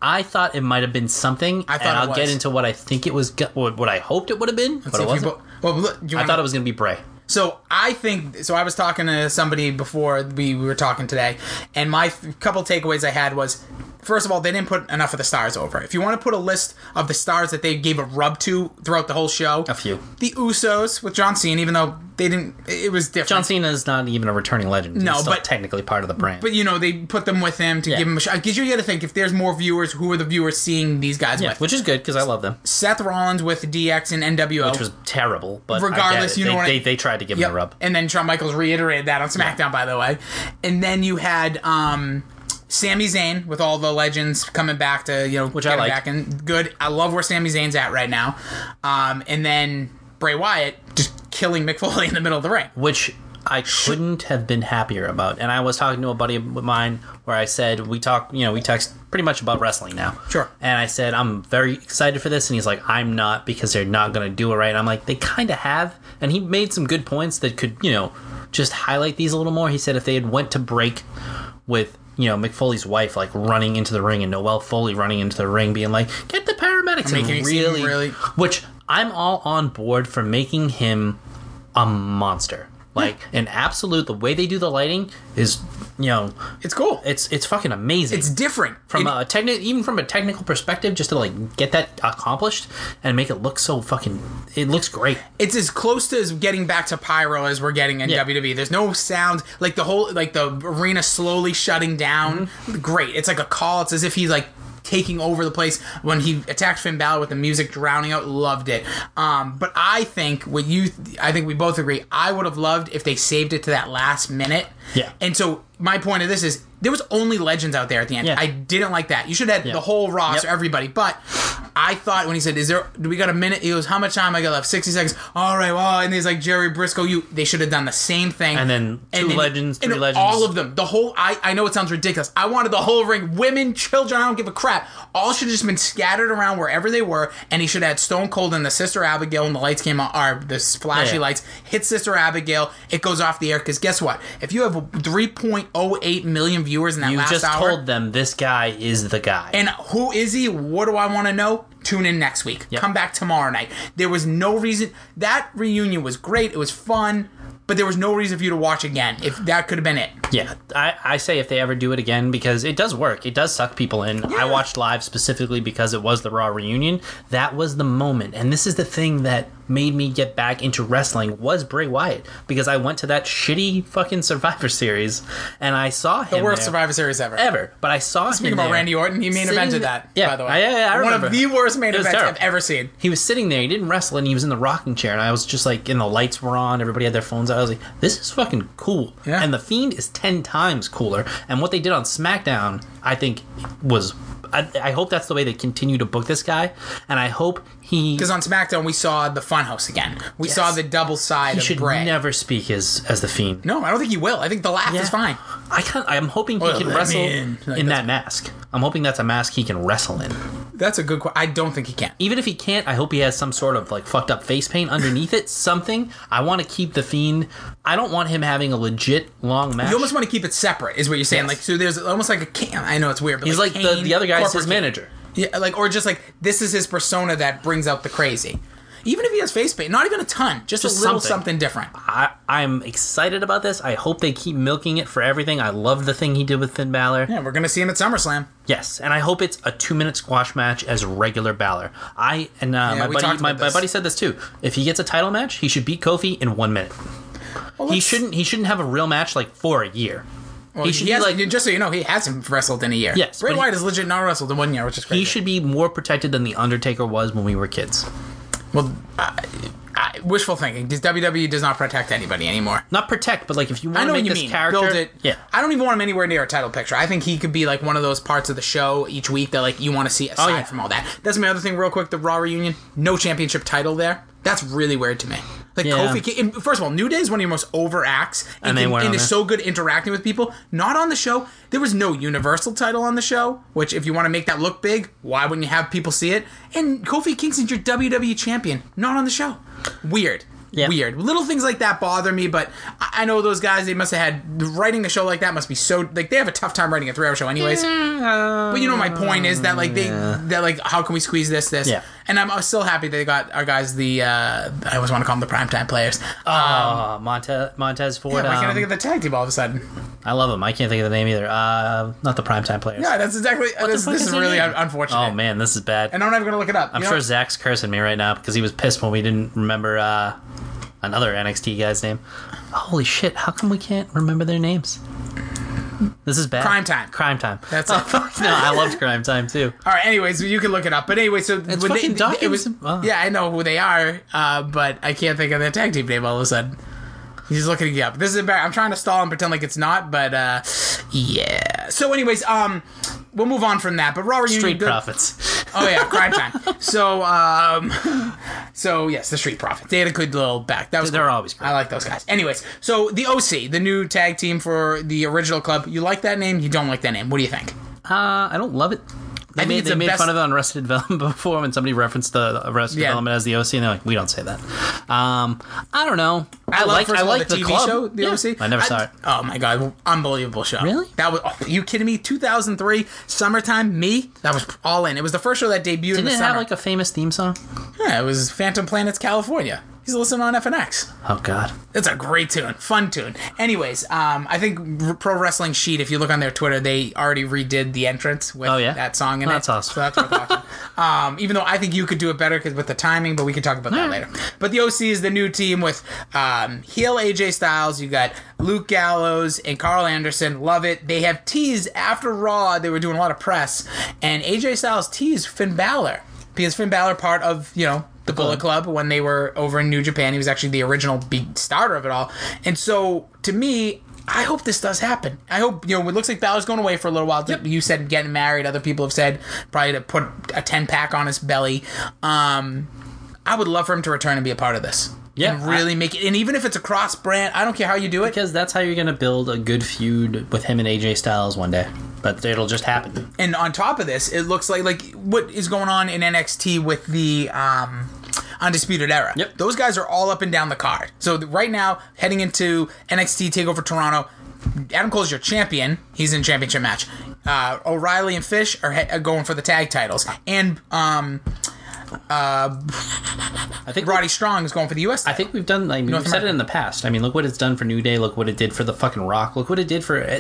B: I thought it might have been something,
A: I thought
B: and
A: it
B: I'll
A: was.
B: get into what I think it was, go- what, what I hoped it would have been, but
A: So
B: it
A: if you
B: wasn't.
A: bo- well, look, you
B: I
A: wanna-
B: thought it was going to be Bray.
A: So I think so. I was talking to somebody before we, we were talking today, and my th- couple takeaways I had was. First of all, they didn't put enough of the stars over. If you want to put a list of the stars that they gave a rub to throughout the whole show,
B: A few.
A: The Usos with John Cena, even though they didn't, it was different.
B: John Cena is not even a returning legend. He's
A: No,
B: still
A: but-
B: technically part of the brand.
A: But you know, they put them with him to give him a shot. Because you got to think, if there's more viewers, who are the viewers seeing these guys
B: yeah,
A: with?
B: which is good because I love them.
A: Seth Rollins with DX and NWO.
B: Which was terrible, but
A: Regardless,
B: regardless,
A: you know
B: they,
A: what I-
B: they, they tried to give him a rub.
A: And then Shawn Michaels reiterated that on SmackDown, by the way. And then you had um, Sami Zayn with all the legends coming back to you know which
B: I
A: get him
B: like.
A: back and good. I love where Sami Zayn's at right now. Um, and then Bray Wyatt just killing Mick Foley in the middle of the ring.
B: which I couldn't have been happier about. And I was talking to a buddy of mine where I said we talk, you know, we text pretty much about wrestling now.
A: Sure.
B: And I said I'm very excited for this, and he's like, I'm not because they're not going to do it right. And I'm like, they kind of have, and he made some good points that could, you know, just highlight these a little more. He said if they had went to break with. You know, McFoley's wife like running into the ring and Noel Foley running into the ring, being like, "Get the paramedics!" and
A: Making it seem
B: really,
A: really-
B: which I'm all on board for making him a monster. Like an absolute. The way they do the lighting is, you know,
A: It's cool.
B: it's it's fucking amazing.
A: It's different
B: from
A: It-
B: a technical, even from a technical perspective, just to like get that accomplished and make it look so fucking. It looks great.
A: it's as close to as getting back to pyro as we're getting in
B: Yeah.
A: WWE. There's no sound, like the whole like the arena slowly shutting down.
B: Mm-hmm.
A: Great. It's like a call. It's as if he's like taking over the place when he attacked Finn Balor with the music drowning out. Loved it. Um, but I think what you, I think we both agree. I would have loved if they saved it to that last minute.
B: Yeah.
A: And so my point of this is there was only legends out there at the end.
B: Yeah.
A: I didn't like that. You should have had the whole roster,
B: Yep.
A: everybody. But I thought when he said, "Is there? Do we got a minute?" He goes, "How much time I got left? Sixty seconds." All right. Well, and he's like Jerry Briscoe. You. They should have done the same thing.
B: And then two legends,
A: and
B: three legends.
A: All of them. The whole. I. I know it sounds ridiculous. I wanted the whole ring. Women, children. I don't give a crap. All should have just been scattered around wherever they were. And he should have had Stone Cold and the Sister Abigail, and the lights came on. Or the flashy
B: Yeah.
A: lights hit Sister Abigail. It goes off the air because guess what? If you have 3.08 million viewers in that
B: You
A: last
B: just
A: hour,
B: told them this guy is the guy.
A: and who is he? What do I want to know? Tune in next week.
B: Yep.
A: Come back tomorrow night. There was no reason. That reunion was great. It was fun, but there was no reason for you to watch again. If that could have been it.
B: yeah, I, I say if they ever do it again because it does work. It does suck people in. I watched live specifically because it was the Raw reunion. That was the moment, and this is the thing that made me get back into wrestling was Bray Wyatt because I went to that shitty fucking Survivor Series and I saw him
A: The worst
B: there
A: Survivor Series ever.
B: ever. But I saw
A: Speaking
B: him
A: about
B: there
A: Randy Orton, he main
B: sitting
A: evented
B: there-
A: that,
B: Yeah,
A: by the way.
B: I- yeah, yeah, I
A: One
B: remember.
A: of the worst main
B: It was
A: events
B: terrible.
A: I've ever seen.
B: he was sitting there. He didn't wrestle, and he was in the rocking chair. And I was just like, and the lights were on. Everybody had their phones out. I was like, this is fucking cool.
A: Yeah.
B: And the Fiend is ten times cooler. And what they did on SmackDown, I think, was. I, I hope that's the way they continue to book this guy, and I hope he
A: Because on SmackDown, we saw the Funhouse again. We saw the double side
B: he
A: of
B: should
A: Bray.
B: never speak as as the Fiend.
A: no, I don't think he will. I think the laugh
B: Yeah.
A: is fine.
B: I can't, I'm hoping he
A: Well,
B: can
A: I
B: wrestle
A: mean, like,
B: in
A: that's-
B: that mask. I'm hoping that's a mask he can wrestle in.
A: That's a good question. I don't think he can.
B: even if he can't, I hope he has some sort of like fucked up face paint underneath it. Something. I want to keep the fiend. I don't want him having a legit long match.
A: You almost want to keep it separate, is what you're saying.
B: Yes.
A: Like, so there's almost like a can. I know it's weird, but
B: He's like, the,
A: Kane,
B: the other guy's his
A: corporate Kane.
B: manager.
A: Yeah, like or just like this is his persona that brings out the crazy. Even if he has face paint, not even a ton, just,
B: Just
A: a little
B: something. Ah.
A: something, different.
B: I, I'm excited about this. I hope they keep milking it for everything. I love the thing he did with Finn Balor.
A: Yeah, we're gonna see him at SummerSlam.
B: Yes, and I hope it's a two minute squash match as regular Balor. I and uh, my
A: we
B: buddy
A: talked
B: my,
A: about
B: my
A: this.
B: buddy said this too. If he gets a title match, he should beat Kofi in one minute.
A: Well,
B: He
A: let's-
B: shouldn't he shouldn't have a real match like for a year.
A: Well, he
B: should be
A: has,
B: like-
A: just so you know, he hasn't wrestled in a year.
B: Yes,
A: Bray
B: but he-
A: Wyatt has legit not wrestled in one year, which is crazy.
B: He should be more protected than the Undertaker was when we were kids.
A: Well, I, I, wishful thinking. Does WWE does not protect anybody anymore?
B: not protect, but like if you
A: I
B: want to
A: know what
B: make
A: you
B: this
A: mean.
B: character,
A: Build it.
B: yeah,
A: I don't even want him anywhere near a title picture. I think he could be like one of those parts of the show each week that like you want to see aside
B: yeah.
A: from all that. That's my other thing, real quick. The Raw reunion, no championship title there. That's really weird to me. Like
B: Yeah.
A: Kofi, Ki- and first of all, New Day is one of your most over acts, and,
B: they
A: can-
B: weren't on
A: is
B: there.
A: so good interacting with people. Not on the show. There was no Universal title on the show. Which, if you want to make that look big, why wouldn't you have people see it? And Kofi Kingston's your WWE champion, not on the show. Weird.
B: Yeah.
A: Weird. Little things like that bother me, but I I know those guys, they must have had writing a show like that must be so like they have a tough time writing a three hour show anyways.
B: Mm-hmm.
A: but you know my point is that like they that like how can we squeeze this, this?
B: Yeah.
A: And I'm uh, still happy they got our guys the uh I always want to call them the primetime players. Uh,
B: uh, Montez Montez Ford.
A: why can't I
B: um,
A: think of the tag team all of a sudden?
B: I love him. I can't think of the name either. Uh, not the primetime players.
A: Yeah, that's exactly this,
B: fuck
A: this
B: is
A: is
B: their
A: really
B: name?
A: un- unfortunate.
B: Oh man, this is bad.
A: And uh, I'm not even gonna look it up.
B: I'm sure Zach's cursing me right now because he was pissed when we didn't remember uh, another NXT guy's name. Holy shit! How come we can't remember their names? This is bad.
A: Crime time.
B: Crime time.
A: That's
B: oh,
A: it.
B: fuck, no, I loved crime time too.
A: All right. Anyways, you can look it up. But anyway, so it's It
B: fucking
A: was,
B: documents. Wow.
A: Yeah, I know who they are, uh, but I can't think of their tag team name all of a sudden. He's looking it up. This is embar- I'm trying to stall and pretend like it's not, but uh, yeah. So, anyways, um, we'll move on from that. But Raw reunion.
B: Street
A: good-
B: profits.
A: Oh yeah, crime time. so, um, so yes, the Street Profits. They had a good little back. That was
B: They're
A: cool.
B: always great.
A: I like those guys. Anyways, so the OC, the new tag team for the original club. You like that name? You don't like that name? What do you think?
B: Uh, I don't love it. They
A: think
B: made,
A: it's
B: they
A: the
B: made
A: best-
B: fun of it on Arrested Development before when somebody referenced the Arrested
A: Yeah.
B: Development as the OC, and they're like, "We don't say that." Um, I don't know. I,
A: love,
B: like
A: first
B: I
A: of all,
B: like the,
A: TV
B: club.
A: show, The
B: Yeah.
A: OC.
B: I never saw it.
A: Oh my god, unbelievable show!
B: Really?
A: That was. Oh, are you kidding me? 2003 summertime, me. That was all in. It was the first show that debuted in
B: Didn't
A: the
B: it
A: summer.
B: have like a famous theme song?
A: yeah, it was Phantom Planets, California. He's listening on FNX.
B: Oh God,
A: It's a great tune, fun tune. Anyways, um, I think R- Pro Wrestling Sheet. If you look on their Twitter, they already redid the entrance with
B: Oh, yeah?
A: that song in
B: Oh,
A: it.
B: that's awesome.
A: So that's worth watching. um, even though I think you could do it better 'cause with the timing, but we can talk about that later. But the OC is the new team with um, heel AJ Styles. You got Luke Gallows and Carl Anderson. Love it. They have teased after Raw. They were doing a lot of press, and AJ Styles teased Finn Balor because Finn Balor part of you know the Bullet Club when they were over in New Japan. He was actually the original big starter of it all. And so to me, I hope this does happen. I hope you know. It looks like Balor's going away for a little while. You said getting married. Other people have said probably to put a ten pack on his belly. Um, I would love for him to return and be a part of this.
B: Yeah,
A: and really make it. And even if it's a cross brand, I don't care how you do it.
B: Because that's how you're going to build a good feud with him and AJ Styles one day. But it'll just happen.
A: and on top of this, it looks like like what is going on in NXT with the um Undisputed Era.
B: Yep.
A: Those guys are all up and down the card. So th- right now, heading into NXT Takeover Toronto, Adam Cole's your champion. He's in a championship match. Uh, O'Reilly and Fish are, he- are going for the tag titles, and um,
B: I think
A: Roddy Strong is going for the U.S.
B: I think we've done like we've said it
A: America.
B: in the past. I mean, look what it's done for New Day. Look what it did for the fucking Rock. Look what it did for. uh,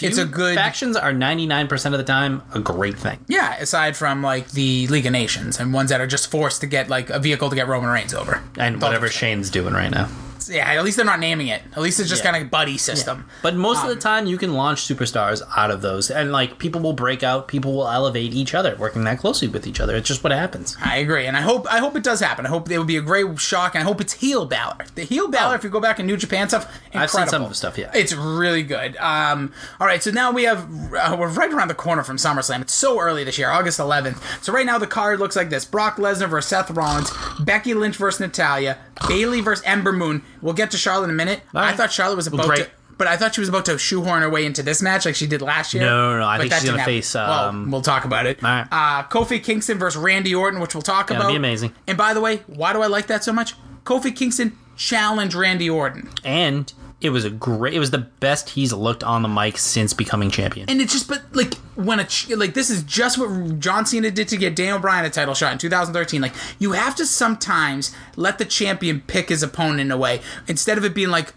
A: It's a good-
B: factions are ninety nine percent of the time a great thing.
A: yeah, aside from like the League of Nations and ones that are just forced to get like a vehicle to get Roman Reigns over
B: And whatever Shane's doing right now.
A: Yeah, at least they're not naming it. At least it's just
B: Yeah.
A: kind of buddy system.
B: But most
A: Um,
B: of the time, you can launch superstars out of those, and like people will break out, people will elevate each other, working that closely with each other. It's just what happens.
A: I agree, and I hope I hope it does happen. I hope it would be a great shock, and I hope it's heel Balor. The heel Balor, if you go back in New Japan stuff, incredible.
B: Oh. I've seen some of the stuff. Yeah,
A: It's really good. Um, all right, so now we have uh, we're right around the corner from SummerSlam. It's so early this year, August 11th. So right now the card looks like this: Brock Lesnar versus Seth Rollins, Becky Lynch versus Natalia, Bailey versus Ember Moon. We'll get to Charlotte in a minute. I
B: right.
A: thought Charlotte was about
B: great.
A: to. But I thought she was about to shoehorn her way into this match like she did last year.
B: No, no, no, I
A: But
B: think
A: that
B: she's gonna
A: didn't happen.
B: face,
A: Well,
B: um,
A: we'll talk about it.
B: right.
A: Uh, Kofi Kingston versus Randy Orton, which we'll talk
B: Gonna
A: about.
B: be amazing.
A: And by the way, why do I like that so much? Kofi Kingston challenged Randy Orton.
B: and it was a great. It was the best he's looked on the mic since becoming champion.
A: And it's just, but like when a ch- like this is just what John Cena did to get Daniel Bryan a title shot in 2013. Like you have to sometimes let the champion pick his opponent in a way instead of it being like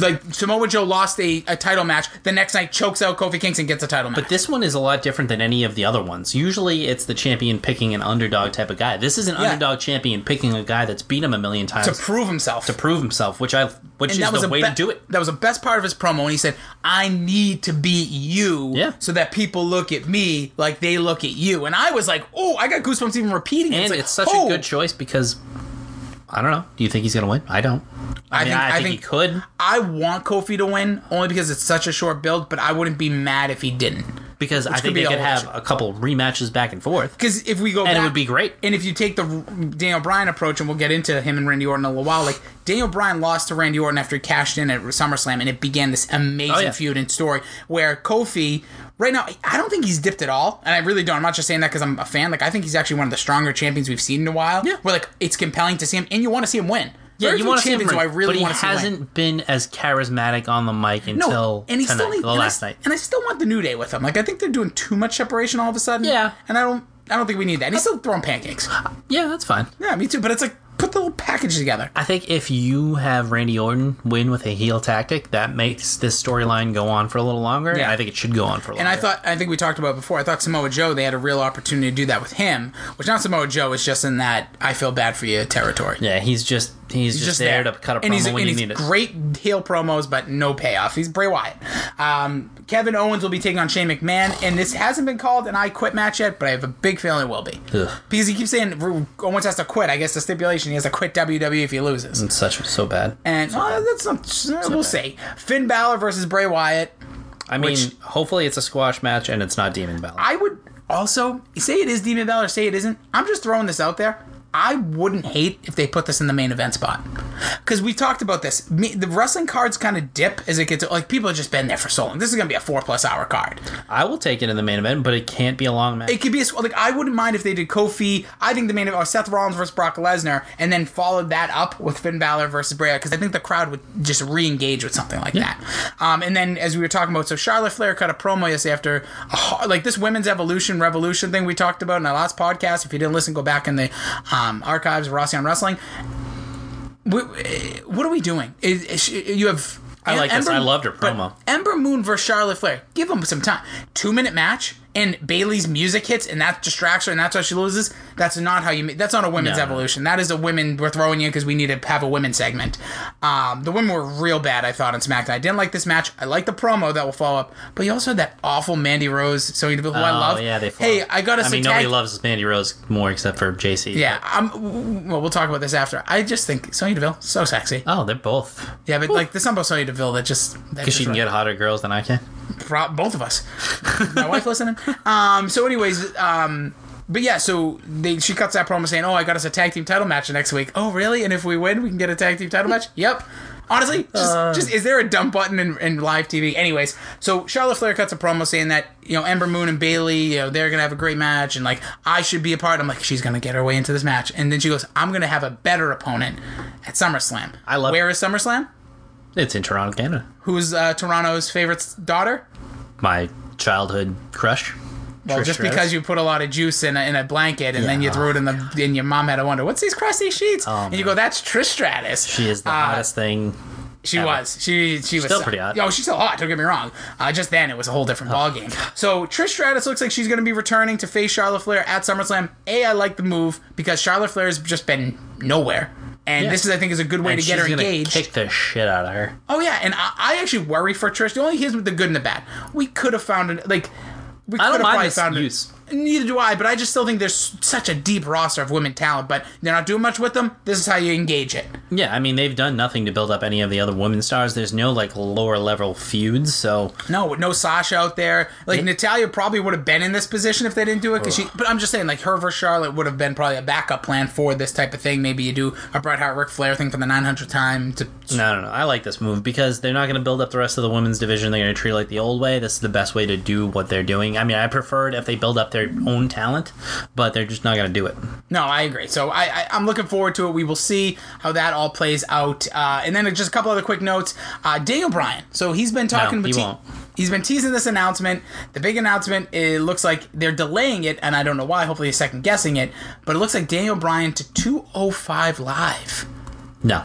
A: like Samoa Joe lost a, a title match. The next night chokes out Kofi Kingston gets a title match.
B: But this one is a lot different than any of the other ones. Usually, it's the champion picking an underdog type of guy. This is an
A: Yeah.
B: underdog champion picking a guy that's beat him a million times
A: to
B: to
A: prove himself,
B: prove himself, which I which is the
A: a
B: way
A: be-
B: to do it.
A: That was the best part of his promo, and he said, "I need to beat you,
B: Yeah.
A: so that people look at me like they look at you." And I was like, "Oh, I got goosebumps even repeating." it.
B: And it's,
A: like,
B: such
A: oh,
B: a good choice because I don't know. Do you think he's gonna win? I don't. I, mean,
A: think-
B: I,
A: I
B: think
A: think-
B: he could
A: I want Kofi to win only because it's such a short build, but I wouldn't be mad if he didn't.
B: because I
A: could
B: think
A: be
B: they
A: a
B: could
A: whole
B: have
A: bunch
B: a couple rematches back and forth.
A: Because if we go,
B: it
A: back-
B: would be great.
A: And if you take the Daniel Bryan approach, and we'll get into him and Randy Orton in a little while, like Daniel Bryan lost to Randy Orton after he cashed in at SummerSlam, and it began this amazing
B: Oh, yeah.
A: feud and story where Kofi. Right now, I don't think he's dipped at all, and I really don't. I'm not just saying that because I'm a fan. Like, I think he's actually one of the stronger champions we've seen in a while.
B: Yeah.
A: Where like it's compelling to see him, and you want to see him win. Very few
B: wanna
A: champions who
B: win,
A: I really
B: but he
A: want to see win.
B: hasn't been as charismatic on the mic until
A: No, and he's
B: tonight,
A: still need-
B: the
A: and I-
B: last night.
A: and I still want the new day with him. Like I think they're doing too much separation all of a sudden.
B: Yeah.
A: and I don't, I don't think we need that. And he's still throwing pancakes.
B: Yeah, that's fine.
A: Yeah, me too. But it's like put the whole package together.
B: I think if you have Randy Orton win with a heel tactic, that makes this storyline go on for a little longer. and
A: Yeah.
B: I think it should go on for longer.
A: And I thought, I think we talked about it before. I thought Samoa Joe, they had a real opportunity to do that with him. Which not Samoa Joe is just in that I feel bad for you territory.
B: yeah, he's just he's, just, there, to cut a promo
A: and he's,
B: when
A: and
B: you
A: he's
B: need it.
A: Great heel promos, but no payoff. He's Bray Wyatt. Um, Kevin Owens will be taking on Shane McMahon, and this hasn't been called an I Quit match yet, but I have a big feeling it will be
B: Ugh.
A: because he keeps saying R- Owens has to quit. I guess the stipulation he has to quit WWE if he loses.
B: It's such so bad.
A: And well, that's not, we'll see. Finn Balor versus Bray Wyatt.
B: I mean, hopefully it's a squash match and it's not Demon Balor.
A: I would also say it is Demon Balor, say it isn't. I'm just throwing this out there. I wouldn't hate if they put this in the main event spot because we talked about this. Me, the wrestling cards kind of dip as it gets like people have just been there for so long. This is gonna be a four plus hour card.
B: I, will take it in the main event, but it can't be a long match.
A: It could be a, like I wouldn't mind if they did Kofi. I think the main event or Seth Rollins versus Brock Lesnar, and then followed that up with Finn Balor versus Bray because I think the crowd would just re-engage with something like that. Um, and then as we were talking about, so Charlotte Flair cut a promo yesterday after a ho- like this women's evolution revolution thing we talked about in our last podcast. If you didn't listen, go back in the um, archives of Rossi on Wrestling. What, what are we doing? Is, is she- you have.
B: I like this. I loved her
A: but
B: promo.
A: Ember Moon versus Charlotte Flair. Give them some time. Two minute match. and Bailey's music hits and that distracts her and that's how she loses, that's not how you. ma- That's not a women's
B: No.
A: evolution. That is a women. We're throwing you because we need to have a women segment. Um, the women were real bad. I thought on SmackDown. I didn't like this match. I like the promo that will follow up, but you also had that awful Mandy Rose. So who oh, I love.
B: Oh, yeah, they.
A: hey,
B: flop.
A: I gotta
B: I
A: say,
B: mean,
A: tag-
B: nobody loves Mandy Rose more except for JC.
A: Yeah, I'm. Well, we'll talk about this after. I just think Sonya Deville so sexy.
B: Oh, they're both.
A: Yeah, but like there's something about Sonya Deville that just that
B: Because she
A: just
B: can get hotter girls than I can.
A: pro- both of us. My wife listening. Um. So, anyways, um. But yeah, so they, she cuts that promo saying, "Oh, I got us a tag team title match next week." Oh, really? And if we win, we can get a tag team title match. Yep. Honestly, just,
B: Uh.
A: just is there a dump button in, in live TV? Anyways, so Charlotte Flair cuts a promo saying that you know Ember Moon and Bailey, you know they're gonna have a great match, and like I should be a part. I'm like she's gonna get her way into this match, and then she goes, "I'm gonna have a better opponent at SummerSlam."
B: I love-
A: where is SummerSlam?
B: It's in Toronto, Canada.
A: Who's uh, Toronto's favorite daughter?
B: My childhood crush.
A: Well,
B: Trish
A: just
B: Stratus.
A: because you put a lot of juice in a, in a blanket and then you
B: Yeah. Oh,
A: threw it in the and your mom had to wonder what's these crusty sheets, and you
B: man.
A: go that's Trish Stratus.
B: she is the
A: Uh,
B: hottest thing.
A: She
B: ever.
A: was. She she was
B: still
A: so-
B: pretty hot.
A: Oh, she's still hot. Don't get me wrong. Uh, just then it was a whole different ballgame. So Trish Stratus looks like she's going to be returning to face Charlotte Flair at SummerSlam. A, I like the move because Charlotte Flair has just been nowhere. And
B: Yeah.
A: this is, I think, is a good way
B: And
A: to get
B: she's
A: her
B: gonna
A: engaged.
B: Kick the shit out of her.
A: Oh yeah, and I, I actually worry for Trish. The only here's with the good and the bad. We could have found it. Like we could
B: I
A: have
B: don't mind
A: probably
B: this
A: found
B: use.
A: it. Neither do I, but I just still think there's such a deep roster of women talent, but they're not doing much with them. This is how you engage it.
B: Yeah, I mean they've done nothing to build up any of the other women stars. There's no like lower level feuds, so
A: No, no Sasha out there. Like Natalia probably would have been in this position if they didn't do it. Cause she, but I'm just saying, like her versus Charlotte would have been probably a backup plan for this type of thing. Maybe you do a Bret Hart Ric Flair thing for the 900th time. To
B: no, no, no. I like this move because they're not going to build up the rest of the women's division. They're going to treat it like the old way. This is the best way to do what they're doing. I mean, I prefer it if they build up their own talent, but they're just not going to do it.
A: No, I agree. So I, I I'm looking forward to it. We will see how that all plays out. Uh, and then just a couple other quick notes. Uh, Daniel Bryan. So he's been talking.
B: he
A: te-
B: won't.
A: He's been teasing this announcement. The big announcement. It looks like they're delaying it, and I don't know why. Hopefully, he's second guessing it. But it looks like Daniel Bryan to 205 live.
B: No.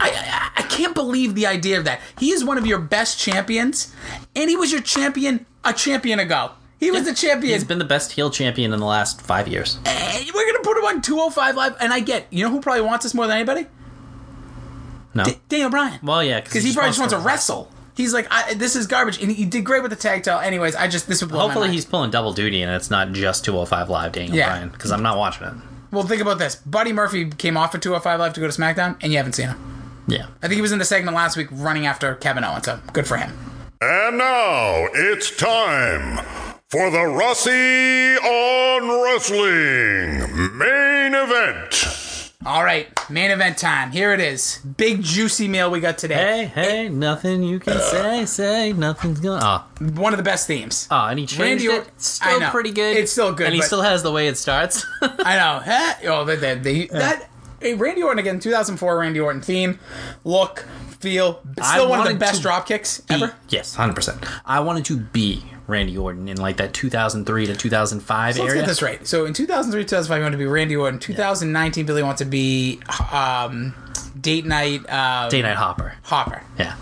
A: I, I I can't believe the idea of that. He is one of your best champions, and he was your champion a champion ago. He was the champion.
B: He's been the best heel champion in the last five years.
A: And we're gonna put him on 205 live, and I get. You know who probably wants this more than anybody?
B: No.
A: D- Daniel Bryan.
B: Well, yeah, 'cause
A: because he,
B: he just
A: probably just wants
B: wants
A: to
B: to
A: wrestle. He's like, I, this is garbage, and he did great with the tag title. Anyways, I just this would blow my
B: Hopefully
A: mind.
B: he's pulling double duty and it's not just 205 Live Daniel
A: Yeah.
B: Bryan because I'm not watching it.
A: Well, think about this. Buddy Murphy came off of 205 Live to go to SmackDown, and you haven't seen him.
B: Yeah.
A: I think he was in the segment last week running after Kevin Owens. So good for him.
C: And now it's time for the Rossi on Wrestling main event.
A: All right, main event time. Here it is. Big juicy meal we got today.
B: Hey, hey, nothing you can say, say nothing's going. Oh,
A: One of the best themes.
B: oh, and he changed
A: Randy Or-
B: it. It's
A: I
B: Still
A: know.
B: pretty good.
A: It's still good,
B: and he
A: but-
B: still has the way it starts.
A: I know. Huh? Oh, they, they, they, that hey, Randy Orton again. 2004 Randy Orton theme, look, feel. Still one of the
B: wanted
A: best
B: to
A: drop kicks
B: be-
A: ever.
B: Yes, hundred percent. I wanted to be Randy Orton in like that 2003 to 2005
A: Let's
B: area.
A: get this right. So in 2003, 2005, you want to be Randy Orton. 2019, Billy wants to be um, date night uh,
B: Day Night Hopper.
A: Hopper.
B: Yeah,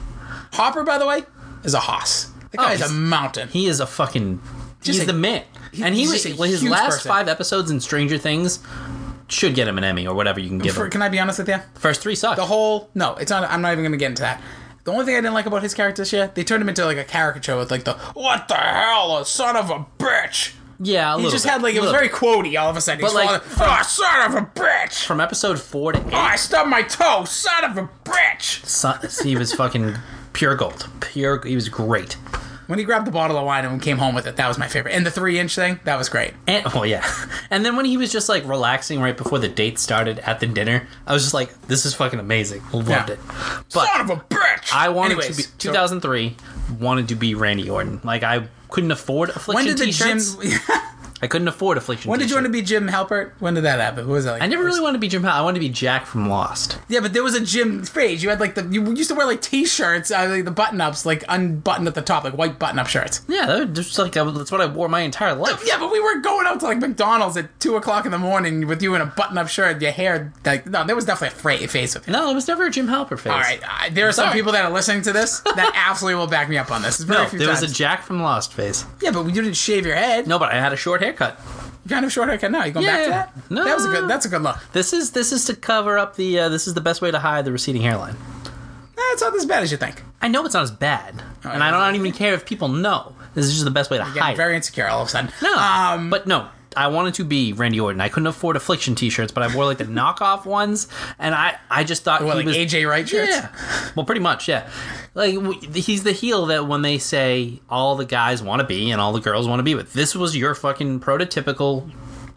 A: Hopper, by the way, is a hoss. The guy is a
B: Oh, he's-
A: mountain.
B: he is a fucking.
A: Just
B: he's
A: a-
B: the man, and he
A: he's
B: was
A: just a
B: well, his
A: huge
B: last
A: person.
B: five episodes in Stranger Things should get him an Emmy or whatever you can give
A: For-
B: him.
A: can I be honest with you?
B: First three sucked.
A: The whole no, it's not. I'm not even going to get into that. The only thing I didn't like about his character this year, they turned him into like a caricature with like the "What the hell, a son of a bitch."
B: yeah,
A: He
B: a little
A: just
B: bit,
A: had like it was
B: little
A: very
B: bit.
A: quotey. All of a sudden, he's
B: But, like,
A: like,
B: from-
A: "Oh, son of a bitch!
B: from episode four to
A: Oh,
B: eight.
A: I stubbed my toe, son of a bitch!"
B: son- he was fucking pure gold. Pure. He was great.
A: When he grabbed the bottle of wine and came home with it, that was my favorite. And the three inch thing, that was great.
B: And oh yeah, and then when he was just like relaxing right before the date started at the dinner, I was just like, "This is fucking amazing." Loved
A: Yeah.
B: it. But
A: Son of a bitch!
B: I wanted
A: Anyways,
B: to be
A: so
B: 2003. Wanted to be Randy Orton. Like I couldn't afford affliction
A: when did the
B: t-shirts.
A: gym?
B: I couldn't afford Affliction.
A: When did you
B: t-shirt.
A: want to be Jim Halpert? When did that happen? What was that? Like?
B: I never really wanted to be Jim Hal. I wanted to be Jack from Lost.
A: Yeah, but there was a Jim phase. You had like the you used to wear like T-shirts, uh, like the button-ups, like unbuttoned at the top, like white button-up shirts.
B: Yeah, that was just like that's what I wore my entire life.
A: Yeah, but we were going out to like McDonald's at two o'clock in the morning with you in a button-up shirt, your hair like no, there was definitely a fra- phase with it.
B: No, it was never a Jim Halper phase.
A: All right, uh, there are some
B: Sorry.
A: people that are listening to this that absolutely will back me up on this. It's very
B: No,
A: few
B: there was a
A: times.
B: Jack from Lost phase.
A: yeah, but you didn't shave your head.
B: No, but I had a short haircut.
A: You kind of short haircut now. You going back to
B: Yeah.
A: that?
B: No.
A: that was a good. That's a good look.
B: This is this is to cover up the. Uh, this is the best way to hide the receding hairline.
A: That's not as bad as you think.
B: I know it's not as bad, and I
A: yeah.
B: don't, I don't even care if people know. This is just the best way to
A: Getting
B: hide. it.
A: very insecure all of a sudden.
B: no,
A: Um,
B: but no. I wanted to be Randy Orton. I couldn't afford Affliction T-shirts, but I wore like the knockoff ones, and I, I just thought
A: what, like
B: he was
A: AJ Wright shirts?
B: Yeah, well, pretty much, yeah. Like w- he's the heel that when they say all the guys want to be and all the girls want to be with. This was your fucking prototypical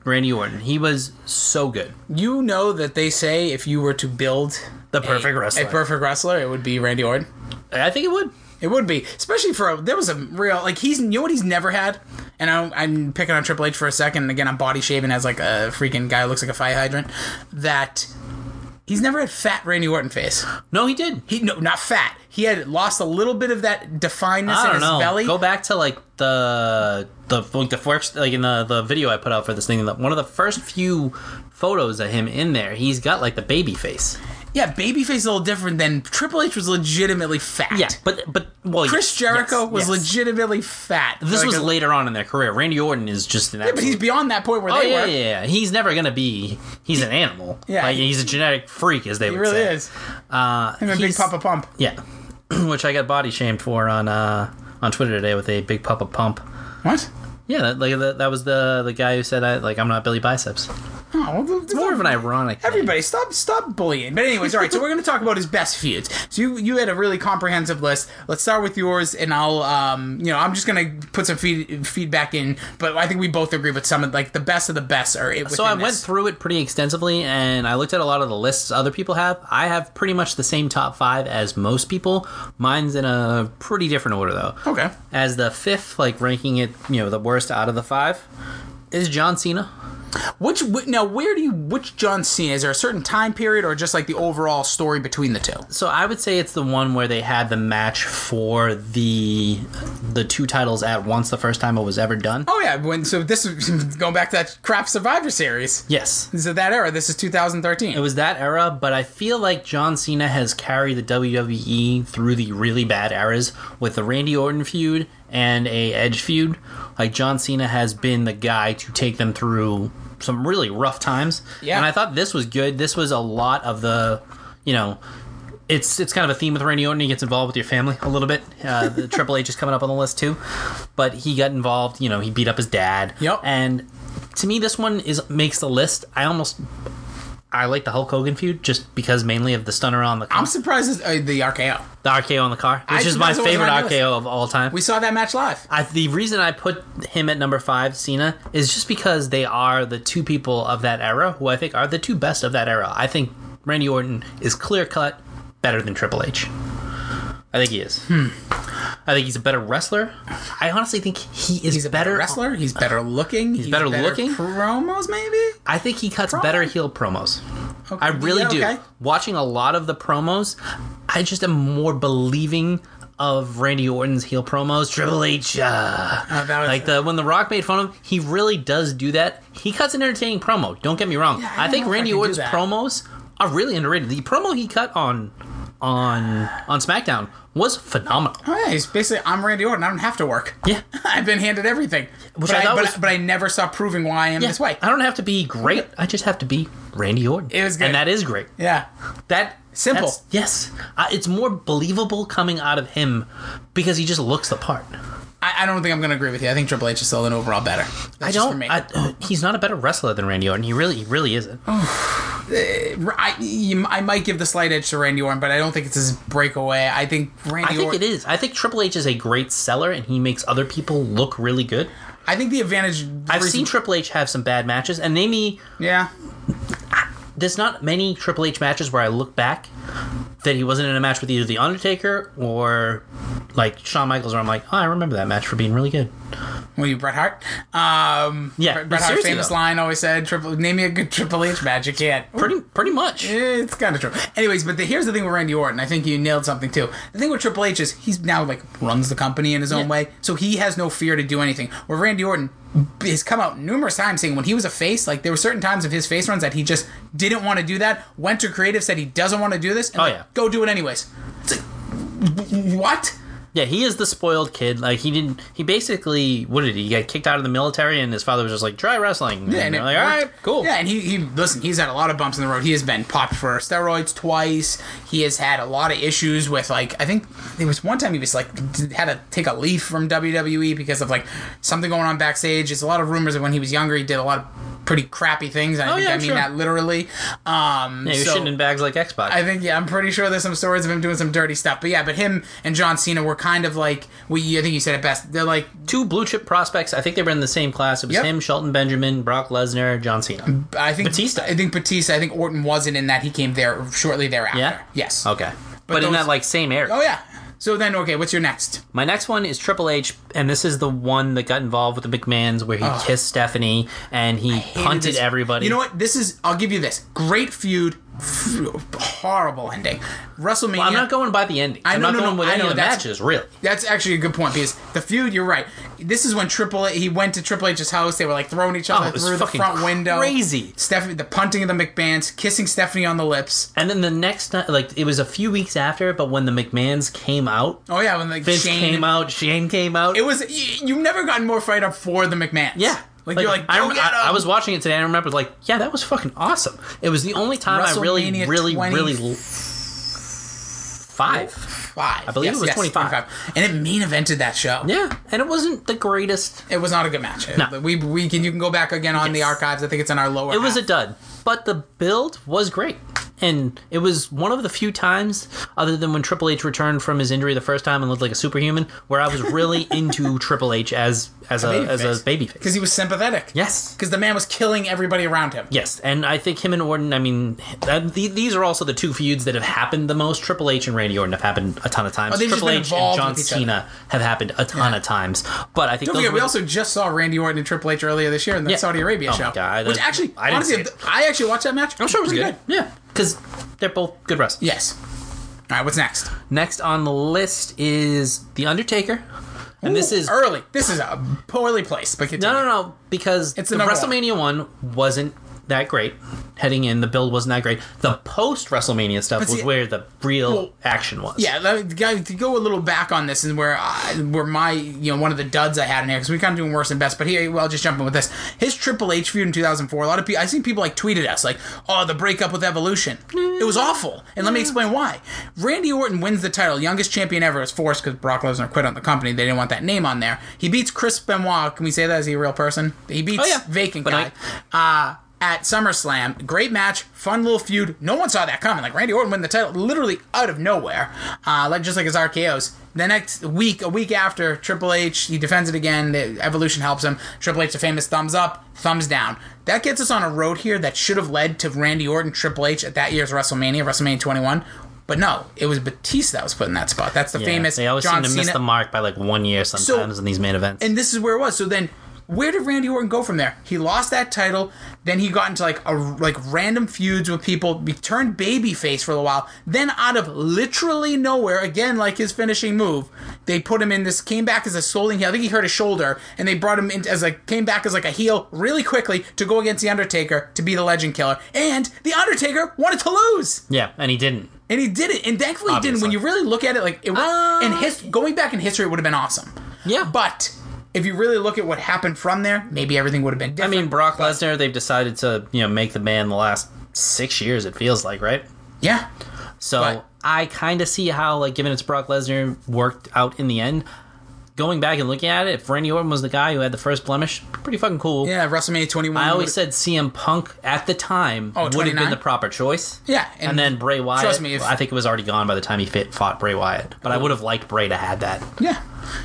B: Randy Orton. He was so good.
A: You know that they say if you were to build
B: The perfect
A: a,
B: wrestler.
A: a perfect wrestler, it would be Randy Orton.
B: I think it would.
A: It would be, especially for a, there was a real like he's you know what he's never had, and I'm, I'm picking on Triple H for a second. And again, I'm body shaving as like a freaking guy who looks like a fire hydrant. That he's never had fat Randy Orton face.
B: No, he did.
A: He no, not fat. He had lost a little bit of that defineness
B: I
A: in
B: don't
A: his
B: know.
A: belly.
B: Go back to like the the like the first like in the the video I put out for this thing. the- One of the first few photos of him in there, he's got like the baby face.
A: Yeah, babyface is a little different than Triple H was legitimately fat.
B: Yeah, but but well,
A: Chris
B: yes,
A: Jericho
B: yes,
A: was
B: yes.
A: legitimately fat.
B: This
A: Like
B: was
A: a-
B: later on in their career. Randy Orton is just an.
A: Yeah, but he's
B: absolute-
A: beyond that point where
B: Oh
A: they
B: yeah,
A: were.
B: yeah, yeah. He's never gonna be. He's an animal.
A: Yeah.
B: Like, he's a genetic freak, as they
A: He
B: would
A: really
B: say.
A: is.
B: Uh,
A: Him and Big
B: he's-
A: Papa Pump.
B: Yeah, which I got body shamed for on uh, on Twitter today with a Big Papa Pump.
A: What?
B: Yeah, that, like that, that was the the guy who said I like I'm not Billy Biceps.
A: Oh, well, it's
B: More of an ironic. name.
A: Everybody, stop, stop bullying. But anyways, all right. So we're going to talk about his best feuds. So you, you had a really comprehensive list. Let's start with yours, and I'll, um, you know, I'm just going to put some feed, feedback in. But I think we both agree with some of like the best of the best are. it-
B: So I
A: within
B: went
A: this.
B: through it pretty extensively, and I looked at a lot of the lists other people have. I have pretty much the same top five as most people. Mine's in a pretty different order though.
A: Okay.
B: As the fifth, like ranking it, you know, the worst out of the five, is John Cena.
A: Which wh- now, where do you? Which John Cena? Is there a certain time period, or just like the overall story between the two?
B: So I would say it's the one where they had the match for the the two titles at once the first time it was ever done.
A: Oh yeah. When so this is going back to that crap Survivor Series.
B: Yes.
A: This is that era. This is 2013.
B: It was that era, but I feel like John Cena has carried the WWE through the really bad eras with the Randy Orton feud and a Edge feud. Like John Cena has been the guy to take them through some really rough times.
A: Yeah.
B: And I thought this was good. This was a lot of the, you know, it's it's kind of a theme with Randy Orton. He gets involved with your family a little bit. Uh, the Triple H is coming up on the list too, but he got involved. You know, he beat up his dad.
A: Yep.
B: And to me, this one is makes the list. I almost I like the Hulk Hogan feud just because mainly of the stunner on the car,
A: I'm surprised it's, uh, the RKO.
B: the RKO on the car,
A: I-
B: which is my
A: that's what was on
B: favorite
A: my list.
B: RKO of all time.
A: We saw that match live.
B: I, the reason I put him at number five, Cena, is just because they are the two people of that era who I think are the two best of that era. I think Randy Orton is clear cut better than Triple H. I think he is.
A: Hmm.
B: I think he's a better wrestler. I honestly think he is
A: He's a better
B: better
A: wrestler. He's better looking. He's,
B: better looking?
A: Promos, maybe.
B: I think he cuts
A: Promo?
B: better heel promos. I really
A: yeah,
B: do.
A: okay.
B: Watching a lot of the promos, I just am more believing of Randy Orton's heel promos. Triple H, uh,
A: Uh, that was-
B: like the when The Rock made fun of him, he really does do that. He cuts an entertaining promo. Don't get me wrong.
A: I
B: I,
A: don't
B: think
A: know if I
B: Randy
A: can do
B: Orton's
A: that.
B: promos are really underrated. The promo he cut on on on SmackDown was phenomenal.
A: Oh, yeah, he's basically I'm Randy Orton. I don't have to work.
B: Yeah.
A: I've been handed everything. but
B: Which I
A: I,
B: thought
A: but,
B: was-
A: but I never stopped proving why I am this way.
B: I don't have to be great. I just have to be Randy Orton.
A: It was good.
B: and that is great.
A: Yeah.
B: That
A: Simple.
B: that's- Yes, uh, it's more believable coming out of him because he just looks the part.
A: I, I don't think I'm going to agree with you. I think Triple H is still an overall better. That's
B: I
A: just for
B: don't.
A: me.
B: I, uh, he's not a better wrestler than Randy Orton. He really, he really isn't.
A: Oh, I, you- I might give the slight edge to Randy Orton, but I don't think it's his breakaway. I think Randy
B: I think
A: Orton.
B: it is. I think Triple H is a great seller, and he makes other people look really good.
A: I think the advantage.
B: I've
A: reason-
B: seen Triple H have some bad matches, and name me.
A: Yeah.
B: There's not many Triple H matches where I look back that he wasn't in a match with either the Undertaker or like Shawn Michaels, where I'm like, oh, I remember that match for being really good.
A: Well, you Bret Hart. Um,
B: Yeah,
A: Bret,
B: but
A: Bret Hart's
B: seriously,
A: famous
B: though.
A: line always said, "Triple, name me a good Triple H match." You can't.
B: Pretty pretty much.
A: Eh, It's kind of true. Anyways, but the, here's the thing with Randy Orton. I think you nailed something too. The thing with Triple H is he's now like runs the company in his own
B: Yeah.
A: way, so he has no fear to do anything. Where Randy Orton has come out numerous times saying when he was a face, like there were certain times of his face runs that he just didn't want to do that. Went to creative, said he doesn't want to do this, and
B: Oh,
A: like,
B: yeah.
A: go do it anyways. It's like, what?
B: Yeah, he is the spoiled kid. Like he didn't. He basically what did he, he got kicked out of the military, and his father was just like try wrestling. And,
A: Yeah, and
B: they're
A: it
B: like all
A: worked.
B: right, cool.
A: Yeah, and he, he listen, he's had a lot of bumps in the road. He has been popped for steroids twice. He has had a lot of issues with like I think there was one time he was like d- had to take a leaf from WWE because of like something going on backstage. There's a lot of rumors of when he was younger he did a lot of pretty crappy things. And I
B: Oh,
A: think
B: yeah,
A: I mean
B: sure.
A: that literally. Um,
B: Yeah, he was
A: so-
B: shitting in bags like Xbox.
A: I think yeah, I'm pretty sure there's some stories of him doing some dirty stuff. But yeah, but him and John Cena were kind of like we. I think you said it best. They're like
B: Two blue chip prospects. I think they were in the same class. It was
A: Yep.
B: him, Shelton Benjamin, Brock Lesnar, John Cena.
A: I think
B: Batista.
A: I think Batista. I think Orton wasn't in that. He came there shortly thereafter.
B: Yeah?
A: Yes.
B: Okay, but, in
A: those-
B: that like same area.
A: Oh yeah. So then, okay, what's your next?
B: My next one is Triple H, and this is the one that got involved with the McMahons, where he kissed Stephanie and he punted
A: This-
B: everybody.
A: You know what? This is. I'll give you this. Great feud. f- Horrible ending. WrestleMania.
B: I'm not going by the ending. I'm
A: know,
B: not
A: no, no,
B: going with
A: I
B: any
A: know,
B: of the
A: that's-
B: matches, really.
A: That's actually a good point because the feud. You're right. This is when Triple H, he went to Triple H's house. They were like throwing each
B: Oh,
A: other
B: it was
A: through the
B: fucking
A: front window.
B: crazy.
A: Stephanie, the punting of the McMahon's, kissing Stephanie on the lips.
B: And then the next night, like it was a few weeks after, but when the McMahons came out,
A: Oh yeah, when like
B: Vince
A: Shane
B: came out, Shane came out.
A: It was you, you've never gotten more fired up for the McMahons.
B: yeah,
A: like, you're like
B: I,
A: Go
B: rem-
A: get 'em!"
B: I, I was watching it today. and I remember like, yeah, that was fucking awesome. It was the only time I really,
A: WrestleMania
B: really,
A: 20
B: really l- five.
A: five. I
B: believe it was 25.
A: and it main evented that show.
B: Yeah, and it wasn't the greatest.
A: It was not a good match.
B: No.
A: We, we can you can go back again on the
B: Yes.
A: archives. I think it's in our lower.
B: It was a
A: half.
B: dud, but the build was great. And it was one of the few times, other than when Triple H returned from his injury the first time and looked like a superhuman, where I was really into Triple H as as a, uh, as a babyface.
A: because he was sympathetic.
B: Yes.
A: because the man was killing everybody around him.
B: Yes, and I think him and Orton. I mean, that, the, these are also the two feuds that have happened the most. Triple H and Randy Orton have happened a ton of times.
A: Oh, they've just
B: Triple
A: been
B: H and
A: involved
B: John
A: with each other.
B: Cena have happened a ton of times. But I think
A: Don't
B: those
A: forget,
B: were
A: Oh, we
B: the-
A: also just saw Randy Orton and Triple H earlier this year in the
B: Yeah.
A: Saudi Arabia
B: Oh my
A: show,
B: God,
A: which
B: I-
A: actually,
B: I didn't
A: honestly,
B: see it.
A: I actually watched that match.
B: I'm sure it was
A: Pretty
B: good. Yeah, because they're both good wrestlers.
A: Yes. All right, what's next?
B: Next on the list is The Undertaker. And this
A: Ooh,
B: is
A: early. This is a poorly placed, but continue.
B: No, no, no, because
A: It's the
B: the
A: number one.
B: WrestleMania one. wasn't that great. Heading in, the build wasn't that great. The post WrestMania stuff
A: But see-
B: was where the real
A: Well,
B: action was.
A: Yeah, let- guys, to go a little back on this, and where I, where my you know one of the duds I had in here because we kind of doing worse and best, but here well I'll just jump in with this. His Triple H feud in 2004. A lot of people I seen people like tweeted us like, "Oh, the breakup with Evolution, it was awful." And let me explain why. Randy Orton wins the title, youngest champion ever, is forced because Brock Lesnar quit on the company. They didn't want that name on there. He beats Chris Benoit. Can we say that? Is he a real person? He beats
B: Oh, yeah.
A: vacant
B: But
A: guy. uh, at SummerSlam, great match, fun little feud. No one saw that coming. Like Randy Orton won the title literally out of nowhere, uh, like just like his RKO's. The next week, a week after Triple H, he defends it again. The Evolution helps him. Triple H, the famous thumbs up, thumbs down. That gets us on a road here that should have led to Randy Orton, Triple H at that year's WrestleMania, WrestleMania 21. But no, it was Batista that was put in that spot. That's the
B: Yeah,
A: famous
B: They always
A: John
B: seem to
A: Cena
B: miss the mark by like one year sometimes in these main events.
A: and this is where it was. So then, where did Randy Orton go from there? He lost that title. Then he got into like a like random feuds with people. He turned babyface for a while. Then out of literally nowhere, again like his finishing move, they put him in this. Came back as a soling heel. I think he hurt his shoulder, and they brought him in as like came back as like a heel really quickly to go against the Undertaker to be the Legend Killer. And the Undertaker wanted to lose.
B: yeah, and he didn't.
A: And he did it, and thankfully he didn't. When
B: Obviously.
A: you really look at it, like it was,
B: Uh,
A: and his going back in history, it would have been awesome.
B: Yeah.
A: but if you really look at what happened from there, maybe everything would have been
B: I
A: different.
B: mean, Brock Lesnar, they've decided to you know make the man the last six years. It feels like right.
A: yeah,
B: So
A: Right.
B: I kind of see how like given it's Brock Lesnar worked out in the end. Going back and looking at it, if Randy Orton was the guy who had the first blemish, pretty fucking cool.
A: yeah. WrestleMania 21.
B: I always
A: would-
B: said CM Punk at the time
A: Oh,
B: would have
A: 29?
B: been the proper choice.
A: Yeah,
B: and,
A: and
B: then Bray Wyatt.
A: trust me, if-
B: I think it was already gone by the time he fit, fought Bray Wyatt. But I would have liked Bray to have that.
A: Yeah,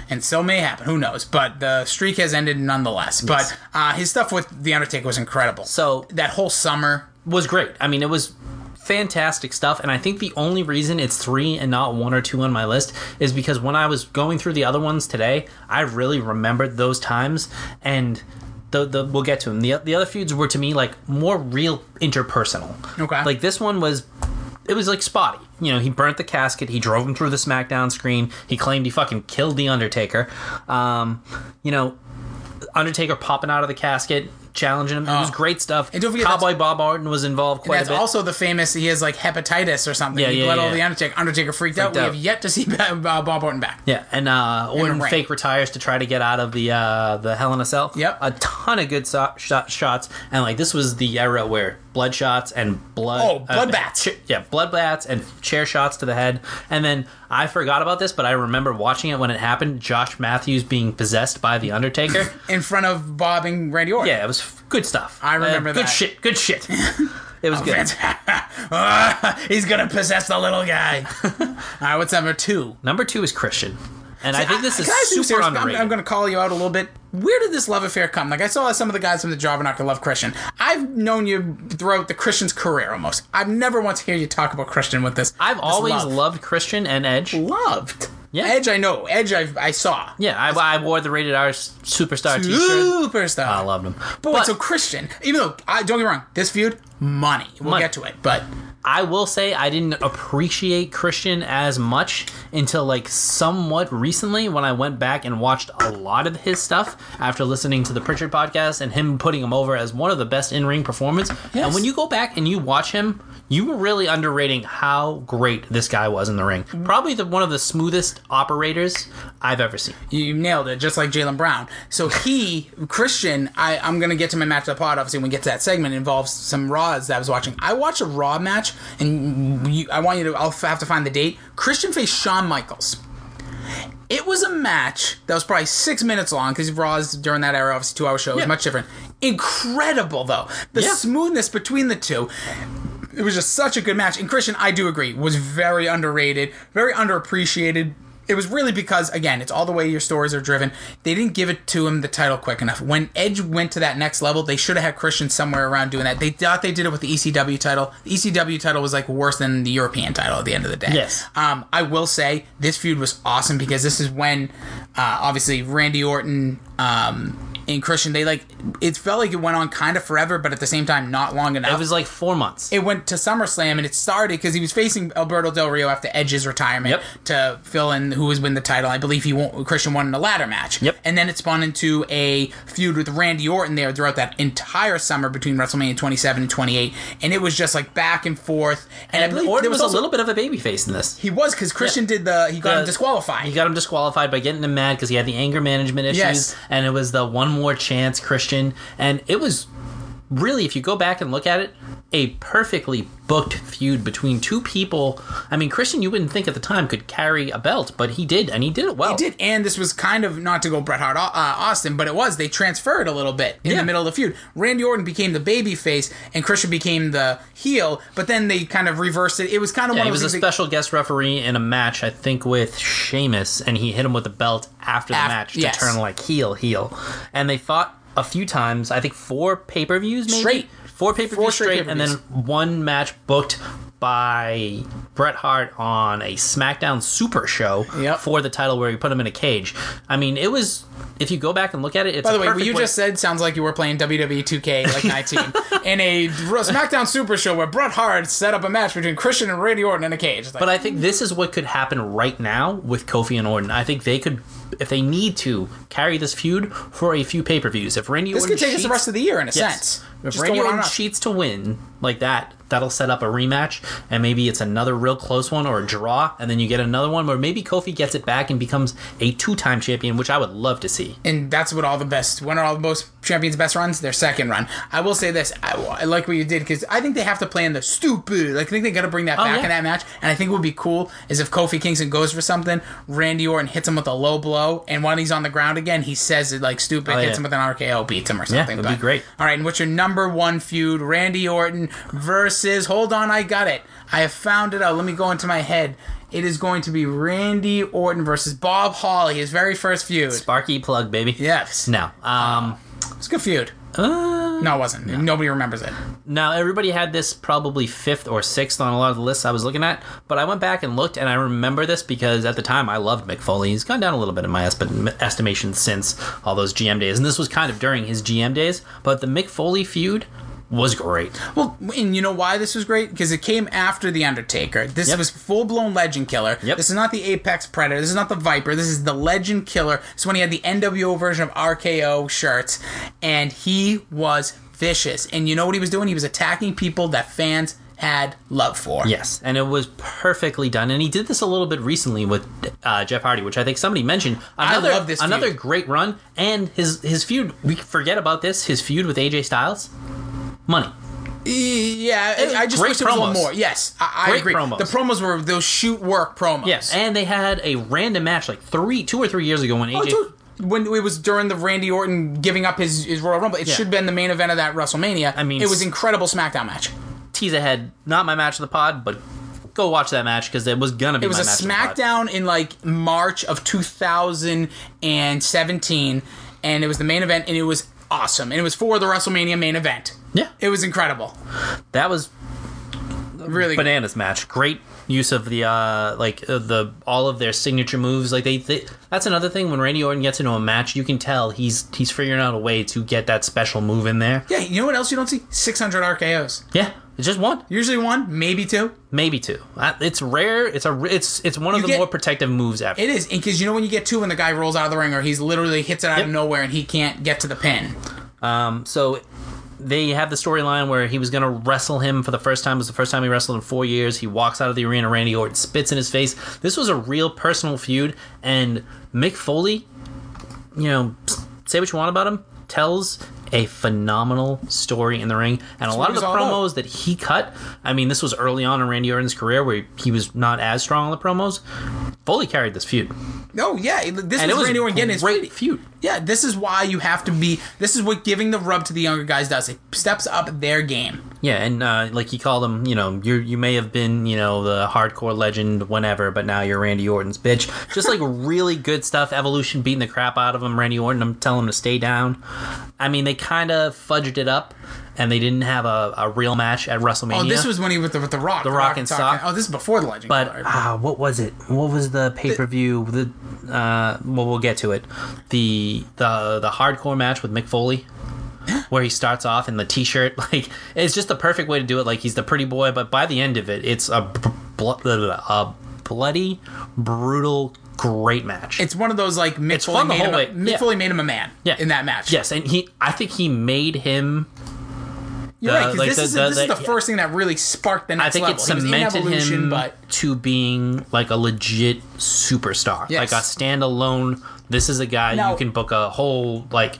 A: and still may happen. Who knows? But the streak has ended nonetheless. But uh, his stuff with the Undertaker was incredible.
B: So
A: that whole summer,
B: was great. I mean, it was fantastic stuff. And I think the only reason it's three and not one or two on my list is because when I was going through the other ones today, I really remembered those times and. The, the, we'll get to them. The, the other feuds were to me like more real interpersonal.
A: Okay.
B: Like this one was it was like spotty. You know, he burnt the casket. He drove him through the SmackDown screen. He claimed he fucking killed the Undertaker. Um, you know, Undertaker popping out of the casket, challenging him. It was great stuff.
A: Oh. And don't forget
B: Cowboy Bob Orton was involved quite
A: That's
B: a bit.
A: also the famous. He has like hepatitis or something.
B: Yeah,
A: he
B: yeah,
A: bled all
B: yeah.
A: the Undertaker. Undertaker freaked, out.
B: Freaked out.
A: We have yet to see Bob, Bob Orton back.
B: yeah, and uh, Orton
A: ring.
B: fake retires to try to get out of the uh, the Hell in a Cell.
A: Yep.
B: a ton of good so- shot- shots, and like this was the era where blood shots and blood.
A: Oh,
B: uh,
A: bloodbaths.
B: ch- yeah, bloodbaths and chair shots to the head. And then I forgot about this, but I remember watching it when it happened. Josh Matthews being possessed by the Undertaker.
A: in front of Bob and Randy Orton.
B: yeah, it was f- good stuff. Uh,
A: I remember that.
B: good
A: Oh,
B: shit. Good shit. It was good.
A: Ah, he's gonna possess the little guy. All right, what's number two?
B: Number two is Christian, and I think this is
A: Can I be
B: super
A: serious? I'm-
B: underrated.
A: I'm, gonna call you out a little bit. Where did this love affair come? Like I saw some of the guys from the job and I could love Christian. I've known you throughout the Christian's career almost. I've never once heard you talk about Christian with this.
B: I've
A: this
B: always
A: love.
B: loved Christian and Edge.
A: loved.
B: Yeah.
A: Edge, I know. Edge, I, I saw.
B: Yeah, I, I wore the rated R s- superstar T-shirt.
A: Superstar.
B: I loved him.
A: But, wait, so Christian, even though I don't get me wrong, this feud, money. We'll
B: Money.
A: get to it, but
B: I will say I didn't appreciate Christian as much until like somewhat recently when I went back and watched a lot of his stuff after listening to the Pritchard podcast and him putting him over as one of the best in ring performance. And when you go back and you watch him, you were really underrating how great this guy was in the ring.
A: Mm.
B: Probably the one of the smoothest operators I've ever seen.
A: You nailed it, just like Jalen Brown. So he, Christian, I, I'm going to get to my match of the pod, obviously, when we get to that segment. It involves some Raws that I was watching. I watched a Raw match, and you, I want you to, I'll have to find the date. Christian faced Shawn Michaels. It was a match that was probably six minutes long because Raws during that era, obviously, two hour show, it was
B: Yeah.
A: much different. Incredible, though. The
B: Yeah.
A: smoothness between the two it was just such a good match. And Christian, I do agree, was very underrated, very underappreciated. It was really because, again, it's all the way your stories are driven. They didn't give it to him the title quick enough. When Edge went to that next level, they should have had Christian somewhere around doing that. They thought they did it with the ECW title. The ECW title was like worse than the European title at the end of the day.
B: Yes.
A: Um, I will say this feud was awesome because this is when, uh, obviously, Randy Orton um, and Christian, they like, it felt like it went on kind of forever, but at the same time, not long enough
B: It was like four months.
A: it went to SummerSlam and it started because he was facing Alberto Del Rio after Edge's retirement
B: Yep.
A: to fill in who was win the title. I believe he won, Christian won in a ladder match.
B: Yep.
A: And then it spun into a feud with Randy Orton there throughout that entire summer between WrestleMania 27 and 28, and it was just like back and forth. And, I
B: and
A: believe
B: Orton
A: there
B: was,
A: was,
B: a
A: also-
B: little bit of a babyface in this.
A: He was because Christian did the he got
B: The-
A: him disqualified.
B: He got him disqualified by getting him mad because he had the anger management issues,
A: Yes.
B: and it was the one more chance Christian, and it was really, if you go back and look at it, a perfectly booked feud between two people. I mean, Christian, you wouldn't think at the time could carry a belt, but he did, and he did it well.
A: It did, and this was kind of not to go Bret Hart uh, Austin, but it was. They transferred a little bit in
B: Yeah.
A: the middle of the feud. Randy Orton became the baby face, and Christian became the heel. But then they kind of reversed it. It was kind of
B: Yeah,
A: one
B: he
A: of
B: was
A: those
B: a
A: things
B: special guest referee in a match, I think, with Sheamus, and he hit him with the belt after the
A: Af-
B: match
A: yes.
B: to turn like heel, heel. And they fought a few times, I think four pay per views, maybe?
A: Straight.
B: Four pay per
A: Four
B: views
A: straight
B: straight, and then one match booked by Bret Hart on a SmackDown Super Show
A: Yep.
B: for the title where he put him in a cage. I mean, it was, if you go back and look at it, it's
A: By the way, what you just said sounds like you were playing WWE 2K like 19 in a Ro- SmackDown Super Show where Bret Hart set up a match between Christian and Randy Orton in a cage. It's like,
B: But uh, I think this is what could happen right now with Kofi and Orton. I think they could, if they need to, carry this feud for a few pay per views. If Randy
A: this
B: Orton
A: could take us the
B: cheats-
A: rest of the year in a
B: Yes.
A: sense.
B: If
A: Just
B: Randy
A: go on
B: Orton
A: and on.
B: cheats to win like that, that'll set up a rematch, and maybe it's another real close one or a draw, and then you get another one where maybe Kofi gets it back and becomes a two-time champion, which I would love to see.
A: and that's what all the best when are all the most champions best runs their second run i will say this i, I like what you did because i think they have to play in the stupid like i think they gotta bring that back
B: Oh, yeah.
A: in that match and i think what would be cool is if kofi kingston goes for something randy orton hits him with a low blow and when he's on the ground again he says it like stupid hits
B: Oh, yeah.
A: him with an rko beats him or something
B: that'd be
A: But-
B: great.
A: all right and what's your number one feud randy orton versus hold on i got it i have found it out let me go into my head it is going to be Randy Orton versus Bob Holly, his very first feud.
B: Sparky plug, baby.
A: Yes.
B: No. Um.
A: It's a good feud.
B: uh,
A: No, it wasn't. Nobody remembers it.
B: Now, everybody had this probably fifth or sixth on a lot of the lists I was looking at, but I went back and looked, and I remember this because at the time I loved Mick Foley. He's gone down a little bit in my esp- estimation since all those GM days, and this was kind of during his GM days, but the Mick Foley feud was great.
A: Well, and you know why this was great? Because it came after The Undertaker. This
B: Yep.
A: was full blown Legend Killer.
B: Yep.
A: This is not the Apex Predator. This is not the Viper. This is the Legend Killer. It's when he had the NWO version of RKO shirts, and he was vicious. And you know what he was doing? He was attacking people that fans had love for.
B: Yes, and it was perfectly done. And he did this a little bit recently with uh, Jeff Hardy, which I think somebody mentioned. Another,
A: love this
B: Another
A: feud.
B: great run, and his his feud. We forget about this. His feud with AJ Styles, money.
A: E- Yeah, I- I just
B: Great
A: wish there was one
B: promos.
A: more. Yes, I, I
B: Great
A: agree.
B: promos.
A: The promos were those shoot work promos.
B: Yes, and they had a random match like three, two or three years ago when AJ.
A: Oh, dude, when it was during the Randy Orton giving up his, his Royal Rumble, it should have been the main event of that WrestleMania.
B: I mean,
A: it was
B: s-
A: incredible SmackDown match.
B: tease ahead. Not my match of the pod, but go watch that match because it was gonna be.
A: It was
B: my
A: a
B: match of the pod.
A: SmackDown in like March of 2017, and it was the main event, and it was awesome, and it was for the WrestleMania main event.
B: Yeah.
A: It was incredible,
B: That was
A: really. good.
B: bananas match. Great use of the uh like uh, the all of their signature moves. Like they, they that's another thing when Randy Orton gets into a match, you can tell he's he's figuring out a way to get that special move in there.
A: yeah, you know what else you don't see? 600 RKO's.
B: Yeah, it's just one,
A: Usually one, maybe two.
B: maybe two. Uh, It's rare. It's a r- it's it's one of the
A: get-
B: more protective moves ever.
A: It is because you know when you get two, when the guy rolls out of the ring, or he's literally hits it out
B: Yep.
A: of nowhere, and he can't get to the pin.
B: Um, so they have the storyline where he was going to wrestle him for the first time. It was the first time he wrestled in four years. He walks out of the arena. Randy Orton spits in his face. This was a real personal feud. And Mick Foley, you know, say what you want about him, tells a phenomenal story in the ring. And a lot of
A: what
B: the
A: it was all about.
B: promos that he cut, I mean, this was early on in Randy Orton's career where he was not as strong on the promos. Foley carried this feud.
A: No, yeah, it- this
B: And
A: was,
B: it was
A: Randy Orton getting his
B: great
A: feet.
B: feud.
A: Yeah, this is why you have to be. This is what giving the rub to the younger guys does. It steps up their game.
B: Yeah, and uh, like he called him, you know, you you may have been, you know, the hardcore legend, whenever, but now you're Randy Orton's bitch. Just like really good stuff. Evolution beating the crap out of him. Randy Orton, I'm telling him to stay down. I mean, they kind of fudged it up, and they didn't have a, a real match at
A: Oh,
B: WrestleMania.
A: this was when he with the, with the Rock, the
B: Rock and Sock.
A: Oh, this is before the Legend.
B: But
A: Killer.
B: ah, what was it? What was the pay per view? The uh, well, we'll get to it. The the the hardcore match with Mick Foley, where he starts off in the t-shirt. Like it's just the perfect way to do it. Like he's the pretty boy, but by the end of it, it's a b- bl- a bloody, brutal, great match.
A: it's one of those like Mick
B: It's
A: Foley
B: fun the
A: made him.
B: whole
A: A,
B: way.
A: Mick
B: Yeah.
A: Foley made him a man.
B: yeah,
A: in that match.
B: Yes, and he. I think he made him.
A: you're
B: the-
A: right. Because
B: Uh, like
A: this
B: the-
A: is
B: the-
A: this is the
B: the-
A: first thing that really sparked the next
B: I think
A: level.
B: it
A: He was in
B: cemented
A: Evolution,
B: him
A: but
B: to being like a legit superstar,
A: Yes.
B: like a standalone. This is a guy
A: Now-
B: you can book a whole like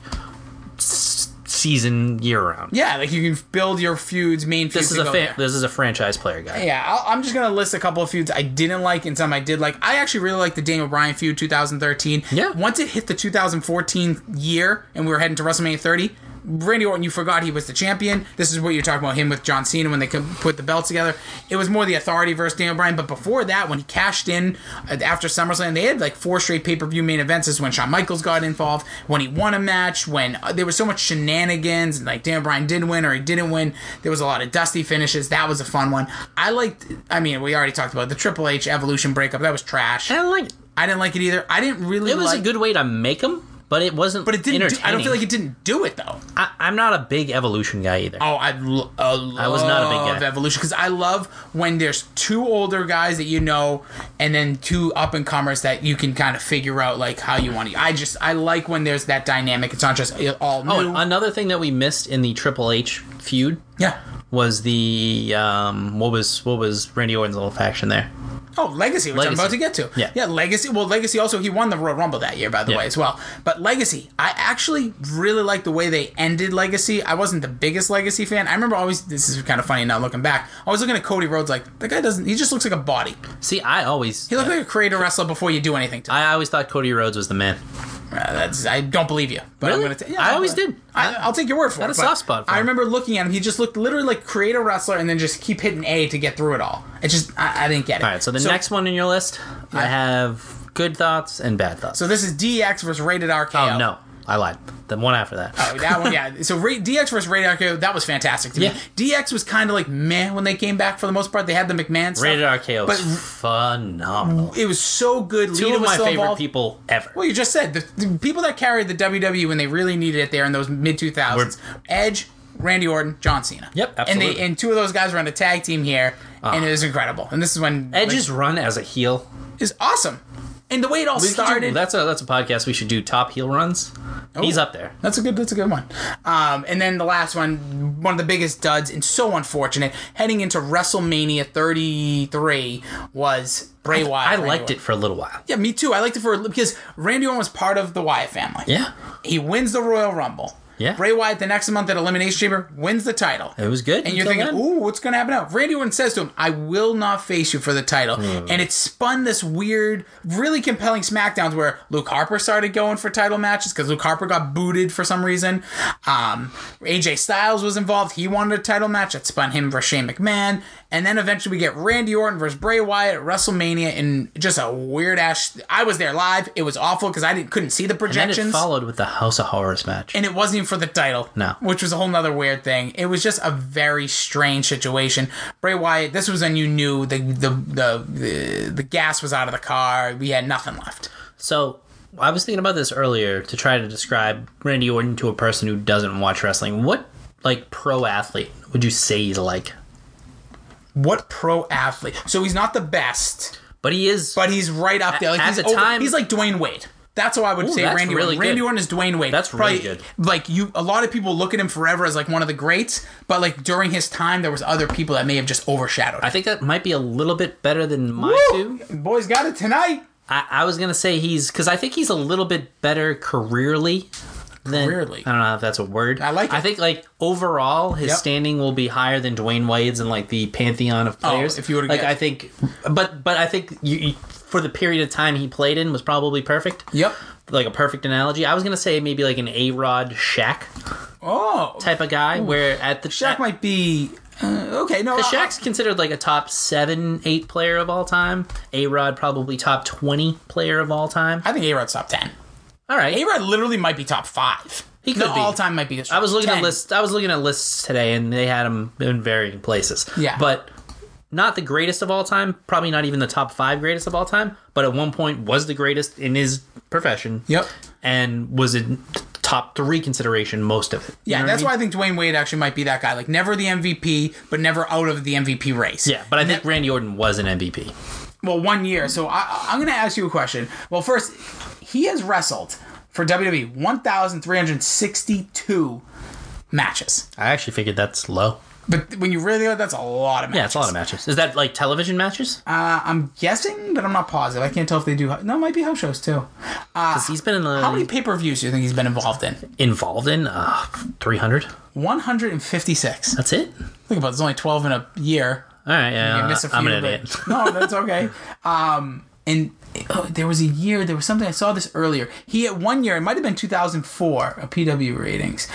B: s- season year round.
A: yeah, like you can build your feuds, main feuds.
B: This is
A: to
B: a
A: go
B: fan,
A: there.
B: this is a franchise player guy.
A: Yeah, I'll, I'm just gonna list a couple of feuds I didn't like and some I did like. I actually really liked the Daniel Bryan feud 2013.
B: Yeah.
A: Once it hit the 2014 year and we were heading to WrestleMania 30, Randy Orton, you forgot he was the champion. This is what you're talking about him with John Cena when they could put the belts together. It was more the Authority versus Daniel Bryan, but before that, when he cashed in uh, after SummerSlam, they had like four straight pay per view main events. This is when Shawn Michaels got involved, when he won a match, when uh, there was so much shenanigans, and like Daniel Bryan did win or he didn't win. There was a lot of dusty finishes. That was a fun one. I liked. I mean, we already talked about the Triple H Evolution breakup. That was trash.
B: I like it.
A: I didn't like it either. I didn't really.
B: It was
A: like,
B: a good way to make him, but it wasn't.
A: But it didn't. Do,
B: Entertaining.
A: I don't feel like it didn't do it though.
B: I, I'm not a big evolution guy either.
A: Oh, I, lo- I love
B: was not a big guy.
A: evolution because I love when there's two older guys that you know, and then two up and comers that you can kind of figure out like how you want to. I just I like when there's that dynamic. It's not just uh, all new.
B: Oh, and another thing that we missed in the Triple H feud
A: yeah.
B: was the um, what was what was Randy Orton's little faction there?
A: Oh, Legacy, which I'm
B: Legacy.
A: about to get to.
B: Yeah.
A: Yeah, Legacy. Well, Legacy also, he won the Royal Rumble that year, by the
B: Yeah.
A: way, as well. But Legacy, I actually really like the way they ended Legacy. I wasn't the biggest Legacy fan. I remember always, this is kind of funny now looking back, I was looking at Cody Rhodes like, the guy doesn't, he just looks like a body.
B: See, I always
A: He looked like a creator wrestler before you do anything to him.
B: I always thought Cody Rhodes was the man.
A: Uh, that's, I don't believe you. But
B: Really?
A: I'm gonna ta-
B: I
A: I'll-
B: always did.
A: I, I'll take your word for it.
B: Had a
A: but
B: soft spot for
A: I
B: him.
A: remember looking at him. He just looked literally like creator wrestler and then just keep hitting A to get through it all. It just, I, I didn't get it.
B: All right, so the next one in your list, I have good thoughts and bad thoughts.
A: So this is DX versus Rated RKO.
B: oh no, I lied. The one after that.
A: Oh, that one, yeah. So Ra- DX versus Rated RKO, that was fantastic to me.
B: Yeah.
A: DX was kind of like meh when they came back for the most part. They had the McMahon stuff.
B: Rated RKO
A: But-
B: is phenomenal.
A: It was so good.
B: Two
A: Lita
B: of
A: was
B: my
A: still
B: favorite
A: involved.
B: people ever.
A: Well, you just said the, the people that carried the WWE when they really needed it there in those mid 2000s Edge, Randy Orton, John Cena.
B: Yep,
A: And,
B: absolutely. Ah.
A: they, and two of those guys were on a tag team here, and it was incredible. And this is when
B: Edge's run as a heel
A: like, is awesome. And the way it all
B: We could do-
A: started. Oh.
B: that's a that's a podcast we should do. Top heel runs. He's up there.
A: That's a good. That's a good one. Um, and then the last one, one of the biggest duds, and so unfortunate, heading into WrestleMania 33 was Bray Wyatt.
B: I
A: Randy
B: liked
A: Orton.
B: it for a little while.
A: Yeah, me too. I liked it for a li- because Randy Orton was part of the Wyatt family.
B: Yeah,
A: he wins the Royal Rumble.
B: Yeah.
A: Bray Wyatt the next month at Elimination Chamber wins the title.
B: it was good.
A: And you're
B: until
A: thinking,
B: then.
A: ooh, what's going to happen now? Randy Orton says to him, I will not face you for the title. And it spun this weird, really compelling SmackDowns where Luke Harper started going for title matches because Luke Harper got booted for some reason. Um, AJ Styles was involved. He wanted a title match. It spun him versus Shane McMahon. And then eventually we get Randy Orton versus Bray Wyatt at WrestleMania in just a weird ass. I was there live. It was awful because I didn't, couldn't see the
B: and
A: projections
B: then it followed with the House of Horrors match.
A: and it wasn't even for the title.
B: No.
A: Which was a whole nother weird thing. It was just a very strange situation. Bray Wyatt, this was when you knew the the the, the, the gas was out of the car. We had nothing left.
B: so I was thinking about this earlier to try to describe Randy Orton to a person who doesn't watch wrestling. What like pro athlete would you say he's like?
A: What pro athlete? So he's not the best,
B: But he is.
A: but he's right up there. Like
B: At
A: he's
B: the time-
A: he's like Dwayne Wade. That's how I would
B: Ooh,
A: say
B: that's
A: Randy
B: really
A: Orton. Randy
B: good.
A: Orton is Dwayne Wade.
B: That's really good.
A: Like you, a lot of people look at him forever as like one of the greats, but like during his time, there was other people that may have just overshadowed.
B: I think that might be a little bit better than my two.
A: Woo! Boys got it tonight.
B: I, I was gonna say he's because I think he's a little bit better careerly. Than,
A: Careerly.
B: I don't know if that's a word.
A: I like it.
B: I think like overall, his
A: Yep.
B: standing will be higher than Dwayne Wade's and like the pantheon of players.
A: Oh, if you would've
B: like,
A: guessed.
B: I think, but but I think you, you, for the period of time he played in was probably perfect.
A: Yep.
B: Like a perfect analogy. I was gonna say maybe like an A Rod Shaq
A: Oh,
B: type of guy, where at the
A: Shaq might be uh, okay. No,
B: Because
A: I-
B: Shaq's considered like a top seven, eight player of all time. A Rod probably top twenty player of all time.
A: I think A Rod's top ten.
B: All right,
A: A Rod literally might be top five.
B: He could
A: the
B: be.
A: all time might be.
B: I was looking
A: 10.
B: at lists. I was looking at lists today, and they had him in varying places.
A: Yeah.
B: but not the greatest of all time. Probably not even the top five greatest of all time. But at one point, was the greatest in his profession.
A: Yep.
B: and was in top three consideration most of it.
A: Yeah, that's why I think Dwayne Wade actually might be that guy. Like never the MVP, but never out of the MVP race.
B: Yeah, but I think Randy Orton was an MVP.
A: Well, one year. So I, I'm going to ask you a question. Well, first, he has wrestled for E WWE 1,362 matches.
B: I actually figured that's low.
A: But when you really think about it, that's a lot of matches.
B: Yeah, it's a lot of matches. Is that like television matches?
A: Uh, I'm guessing, but I'm not positive. I can't tell if they do. No, it might be house shows too.
B: 'Cause he's been in the,
A: How many pay per views do you think he's been involved in?
B: involved in uh, 300.
A: 156.
B: That's it.
A: Think about it, there's only 12 in a year.
B: All right, yeah,
A: I miss a few,
B: Uh, I'm an
A: but-
B: idiot.
A: no, that's okay. Um, and oh, there was a year, there was something I saw this earlier. He at one year, it might have been 2004, a PW ratings.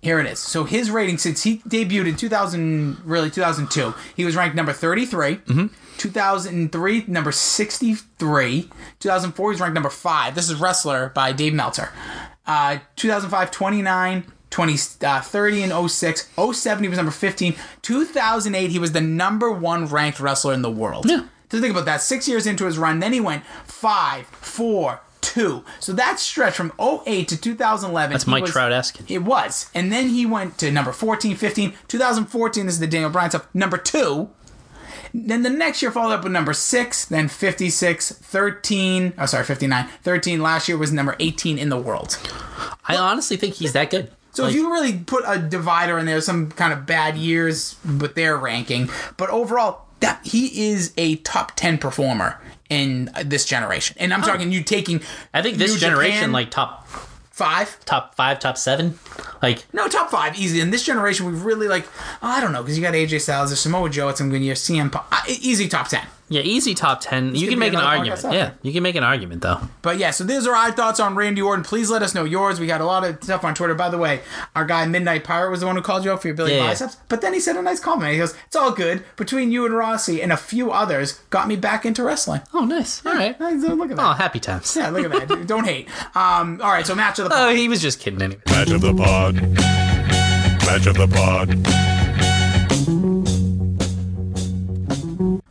A: Here it is. So his rating since he debuted in 2000, really 2002, he was ranked number 33.
B: Mm-hmm.
A: 2003, number 63. 2004, he's ranked number 5. This is Wrestler by Dave Meltzer. Uh, 2005, 29. 20, uh, 30 and 06. 07, he was number 15. 2008, he was the number one ranked wrestler in the world.
B: Yeah.
A: So think about that. Six years into his run, then he went five, four, two. So that stretch from 08 to 2011.
B: That's
A: he
B: Mike
A: was-
B: Trout-esque.
A: It was. And then he went to number 14, 15. 2014, this is the Daniel Bryan stuff. Number two. Then the next year followed up with number six, then 56, 13. Oh, sorry, 59. 13 last year was number 18 in the world.
B: I honestly think he's that good.
A: So
B: Like,
A: if you really put a divider in there, some kind of bad years with their ranking, but overall, that he is a top ten performer in uh, this generation. And I'm talking you taking.
B: I think this
A: New
B: generation,
A: Japan,
B: like top
A: five.
B: top five, top seven, like
A: No, top five easy. In this generation, we really like. I don't know because you got AJ Styles, there's Samoa Joe, it's some good year. CM Punk, uh, easy top ten.
B: Yeah, easy top ten. you can
A: gonna
B: make
A: be
B: an
A: another
B: argument.
A: podcast out
B: Yeah,
A: there.
B: you can make an argument though.
A: But yeah, so these are our thoughts on Randy Orton. Please let us know yours. We got a lot of stuff on Twitter. By the way, our guy Midnight Pirate was the one who called you out for your Billy
B: Yeah, yeah.
A: biceps. But then he said a nice comment. He goes, "It's all good between you and Rossi and a few others got me back into wrestling."
B: Oh, nice. All right.
A: Nice, Look at that.
B: Oh, happy times.
A: Yeah, look at that. Don't hate. Um, all right, so match of the
B: Oh, he was just kidding anyway.
C: Match of the pod. Match of the pod.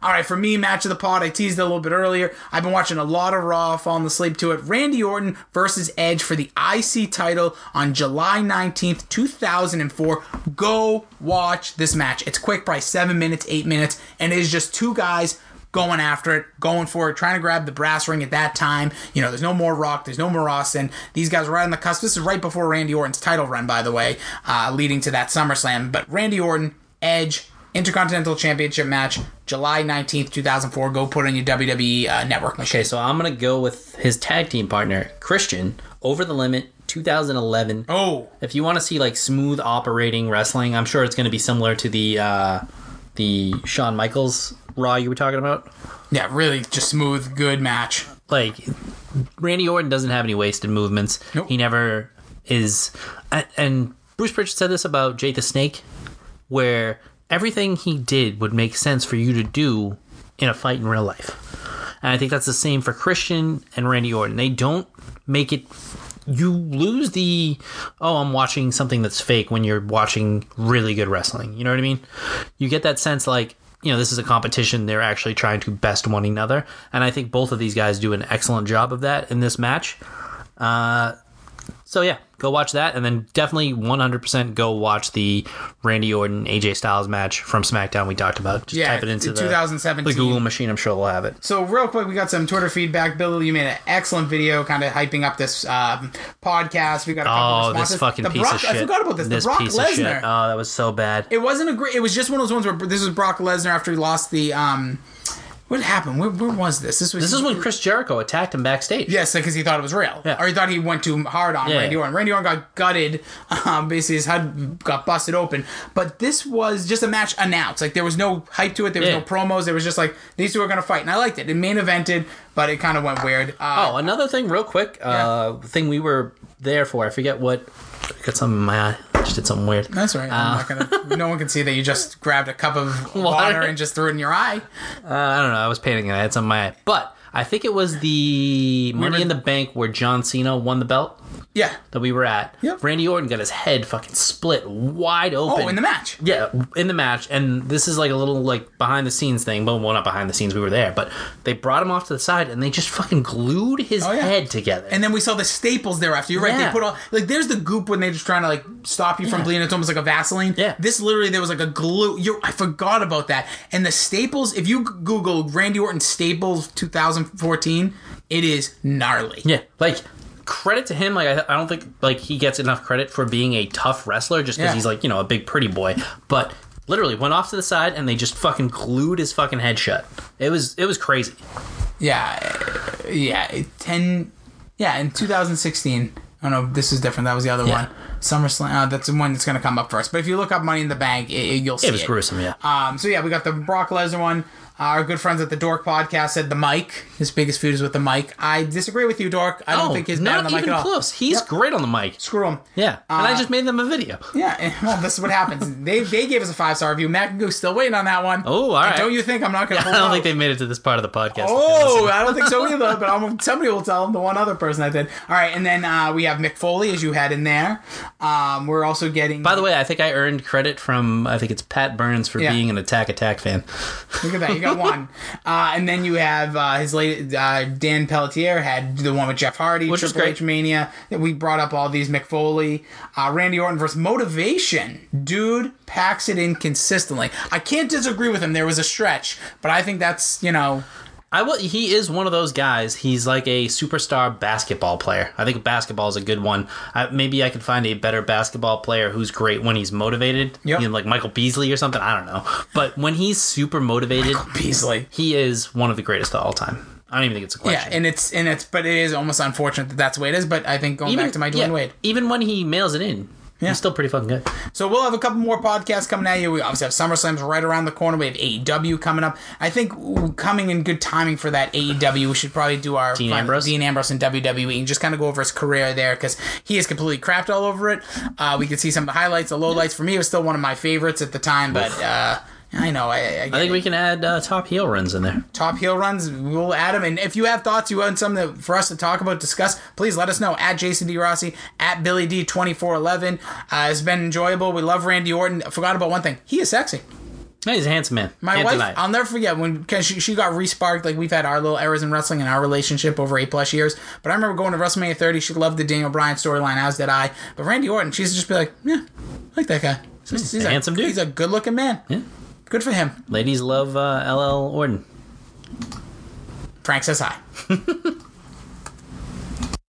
A: All right, for me, match of the pod. I teased it a little bit earlier. I've been watching a lot of Raw, falling asleep to it. Randy Orton versus Edge for the IC title on July 19th, 2004. Go watch this match. It's quick, probably seven minutes, eight minutes, and it is just two guys going after it, going for it, trying to grab the brass ring at that time. You know, there's no more Rock, there's no more Austin. These guys are right on the cusp. This is right before Randy Orton's title run, by the way, uh, leading to that SummerSlam. But Randy Orton, Edge, Intercontinental Championship match, July 19th, 2004. Go put it on your WWE uh, network machine.
B: Okay, so I'm gonna go with his tag team partner Christian over the limit 2011.
A: Oh,
B: If you want to see like smooth operating wrestling, I'm sure it's gonna be similar to the uh, the Shawn Michaels Raw you were talking about.
A: yeah, really just smooth, good match.
B: like Randy Orton doesn't have any wasted movements.
A: Nope.
B: He never is. a- And Bruce Pritchard said this about Jake the Snake, where everything he did would make sense for you to do in a fight in real life. And I think that's the same for Christian and Randy Orton. They don't make it. You lose the oh, I'm watching something that's fake when you're watching really good wrestling. You know what I mean? You get that sense like you know this is a competition. They're actually trying to best one another, and I think both of these guys do an excellent job of that in this match. Uh, so yeah, go watch that, and then definitely 100% go watch the Randy Orton AJ Styles match from SmackDown we talked about. Just
A: Yeah,
B: type it into the
A: 2017.
B: the Google machine. I'm sure we'll have it.
A: So real quick, we got some Twitter feedback. Bill, you made an excellent video, kind of hyping up this um, podcast. We got a couple
B: Oh,
A: responses.
B: this fucking
A: the
B: piece
A: Brock,
B: of shit.
A: I forgot about this. the Brock
B: piece of
A: Lesnar.
B: shit. Oh, that was so bad.
A: It wasn't a great. It was just one of those ones where this was Brock Lesnar after he lost the. um What happened? Where, where was this? This was
B: this is when Chris Jericho attacked him backstage.
A: Yes, because he thought it was real,
B: Yeah.
A: or he thought he went too hard on
B: Yeah.
A: Randy Orton. Randy Orton got gutted, um, basically his head got busted open. But this was just a match announced. Like there was no hype to it. There was
B: Yeah.
A: no promos. There was just like these two are gonna fight, and I liked it. It main evented, but it kind of went weird. Uh,
B: Oh, another thing, real quick. Uh, thing we were there for. I forget what. I got something in my eye. I just did something weird.
A: that's right. I'm not
B: Uh.
A: gonna. no one can see that you just grabbed a cup of water and just threw it in your eye.
B: Uh, I don't know. I was painting and I had something in my eye. But I think it was the Money
A: were-
B: in the Bank where John Cena won the belt
A: Yeah.
B: that we were at.
A: Yep.
B: Randy Orton got his head fucking split wide open.
A: Oh, in the match.
B: Yeah, in the match, and this is like a little like behind the scenes thing. Well, well, not behind the scenes. We were there, but they brought him off to the side, and they just fucking glued his
A: yeah.
B: head together.
A: And then we saw the staples thereafter. You're right. They
B: Yeah.
A: put all like there's the goop when they're just trying to like stop you from bleeding. It's almost like a Vaseline.
B: Yeah.
A: This literally there was like a glue. You I forgot about that. And the staples. If you Google Randy Orton staples 2014, it is gnarly.
B: yeah, like credit to him. Like I, I don't think like he gets enough credit for being a tough wrestler, just because
A: Yeah.
B: he's like you know a big pretty boy. But literally went off to the side, and they just fucking glued his fucking head shut. It was it was crazy.
A: Yeah. uh, Yeah. it- Ten. Yeah. In 2016. Oh no, this is different. That was the other
B: Yeah.
A: one. SummerSlam. Uh, that's the one that's going to come up first. But if you look up Money in the Bank, it, it- you'll see
B: It was gruesome. Yeah.
A: Um, so yeah, we got the Brock Lesnar one. Uh, our good friends at the Dork Podcast said the mic. His biggest feud is with the mic. I disagree with you, Dork. I don't
B: Oh,
A: think he's bad
B: not
A: on the mic
B: even
A: at all.
B: close. He's great on the mic.
A: Screw him.
B: Yeah, and I
A: Uh,
B: just made them a video.
A: Yeah, and- well, this is what happens. they they gave us a five star review. Mac and Goose still waiting on that one.
B: Oh, all
A: And
B: right.
A: Don't you think I'm not going to?
B: I don't think they made it to this part of the podcast.
A: Oh, I don't think so either. But I'm, somebody will tell them. The one other person I did. All right, and then uh, we have Mick Foley, as you had in there. Um, we're also getting.
B: By the way, I think I earned credit from I think it's Pat Burns for
A: Yeah.
B: being an Attack Attack fan.
A: Look at that. You got one. Uh, and then you have uh, his late uh, Dan Pelletier had the one with Jeff Hardy,
B: Which was
A: Triple
B: great.
A: H Mania. We brought up all these McFoley, uh, Randy Orton versus Motivation. Dude packs it in consistently. I can't disagree with him. There was a stretch, but I think that's you know
B: I will, he is one of those guys. He's like a superstar basketball player. I think basketball is a good one. I, maybe I could find a better basketball player who's great when he's motivated,
A: Yep.
B: You know, like Michael Beasley or something. I don't know, but when he's super motivated,
A: Beasley.
B: he is one of the greatest of all time. I don't even think it's a
A: Yeah,
B: question.
A: and it's and it's but it is almost unfortunate that that's the way it is. But I think going back to my Dwayne
B: yeah,
A: Wade.
B: Even when he mails it in, Yeah. He's still pretty fucking good.
A: So we'll have a couple more podcasts coming at you. We obviously have SummerSlam's right around the corner. We have AEW coming up. I think ooh, coming in good timing for that AEW, we should probably do our
B: Dean
A: final-
B: Ambrose?
A: Dean Ambrose and WWE and just kind of go over his career there because he is completely crapped all over it. Uh, we could see some of the highlights, the lowlights. For me, it was still one of my favorites at the time, but uh, I know I, I,
B: I think we can add uh, top heel runs in there.
A: top heel runs. We'll add them. And if you have thoughts, you want something that, for us to talk about, discuss, please let us know at Jason D. Rossi, at Billy D2411. Uh, it's been enjoyable. We love Randy Orton. I forgot about one thing. He is sexy.
B: Hey, he's a handsome man.
A: My
B: Can't
A: wife, um,
B: deny it.
A: I'll never forget when because she, she got resparked. Like we've had our little errors in wrestling in our relationship over eight plus years. But I remember going to WrestleMania 30. She loved the Daniel Bryan storyline, as did I. But Randy Orton, she's just be like, yeah, I like that guy. He's, he's
B: a handsome dude.
A: He's a good looking man.
B: Yeah.
A: Good for him.
B: Ladies love uh, LL Orton.
A: Frank says hi.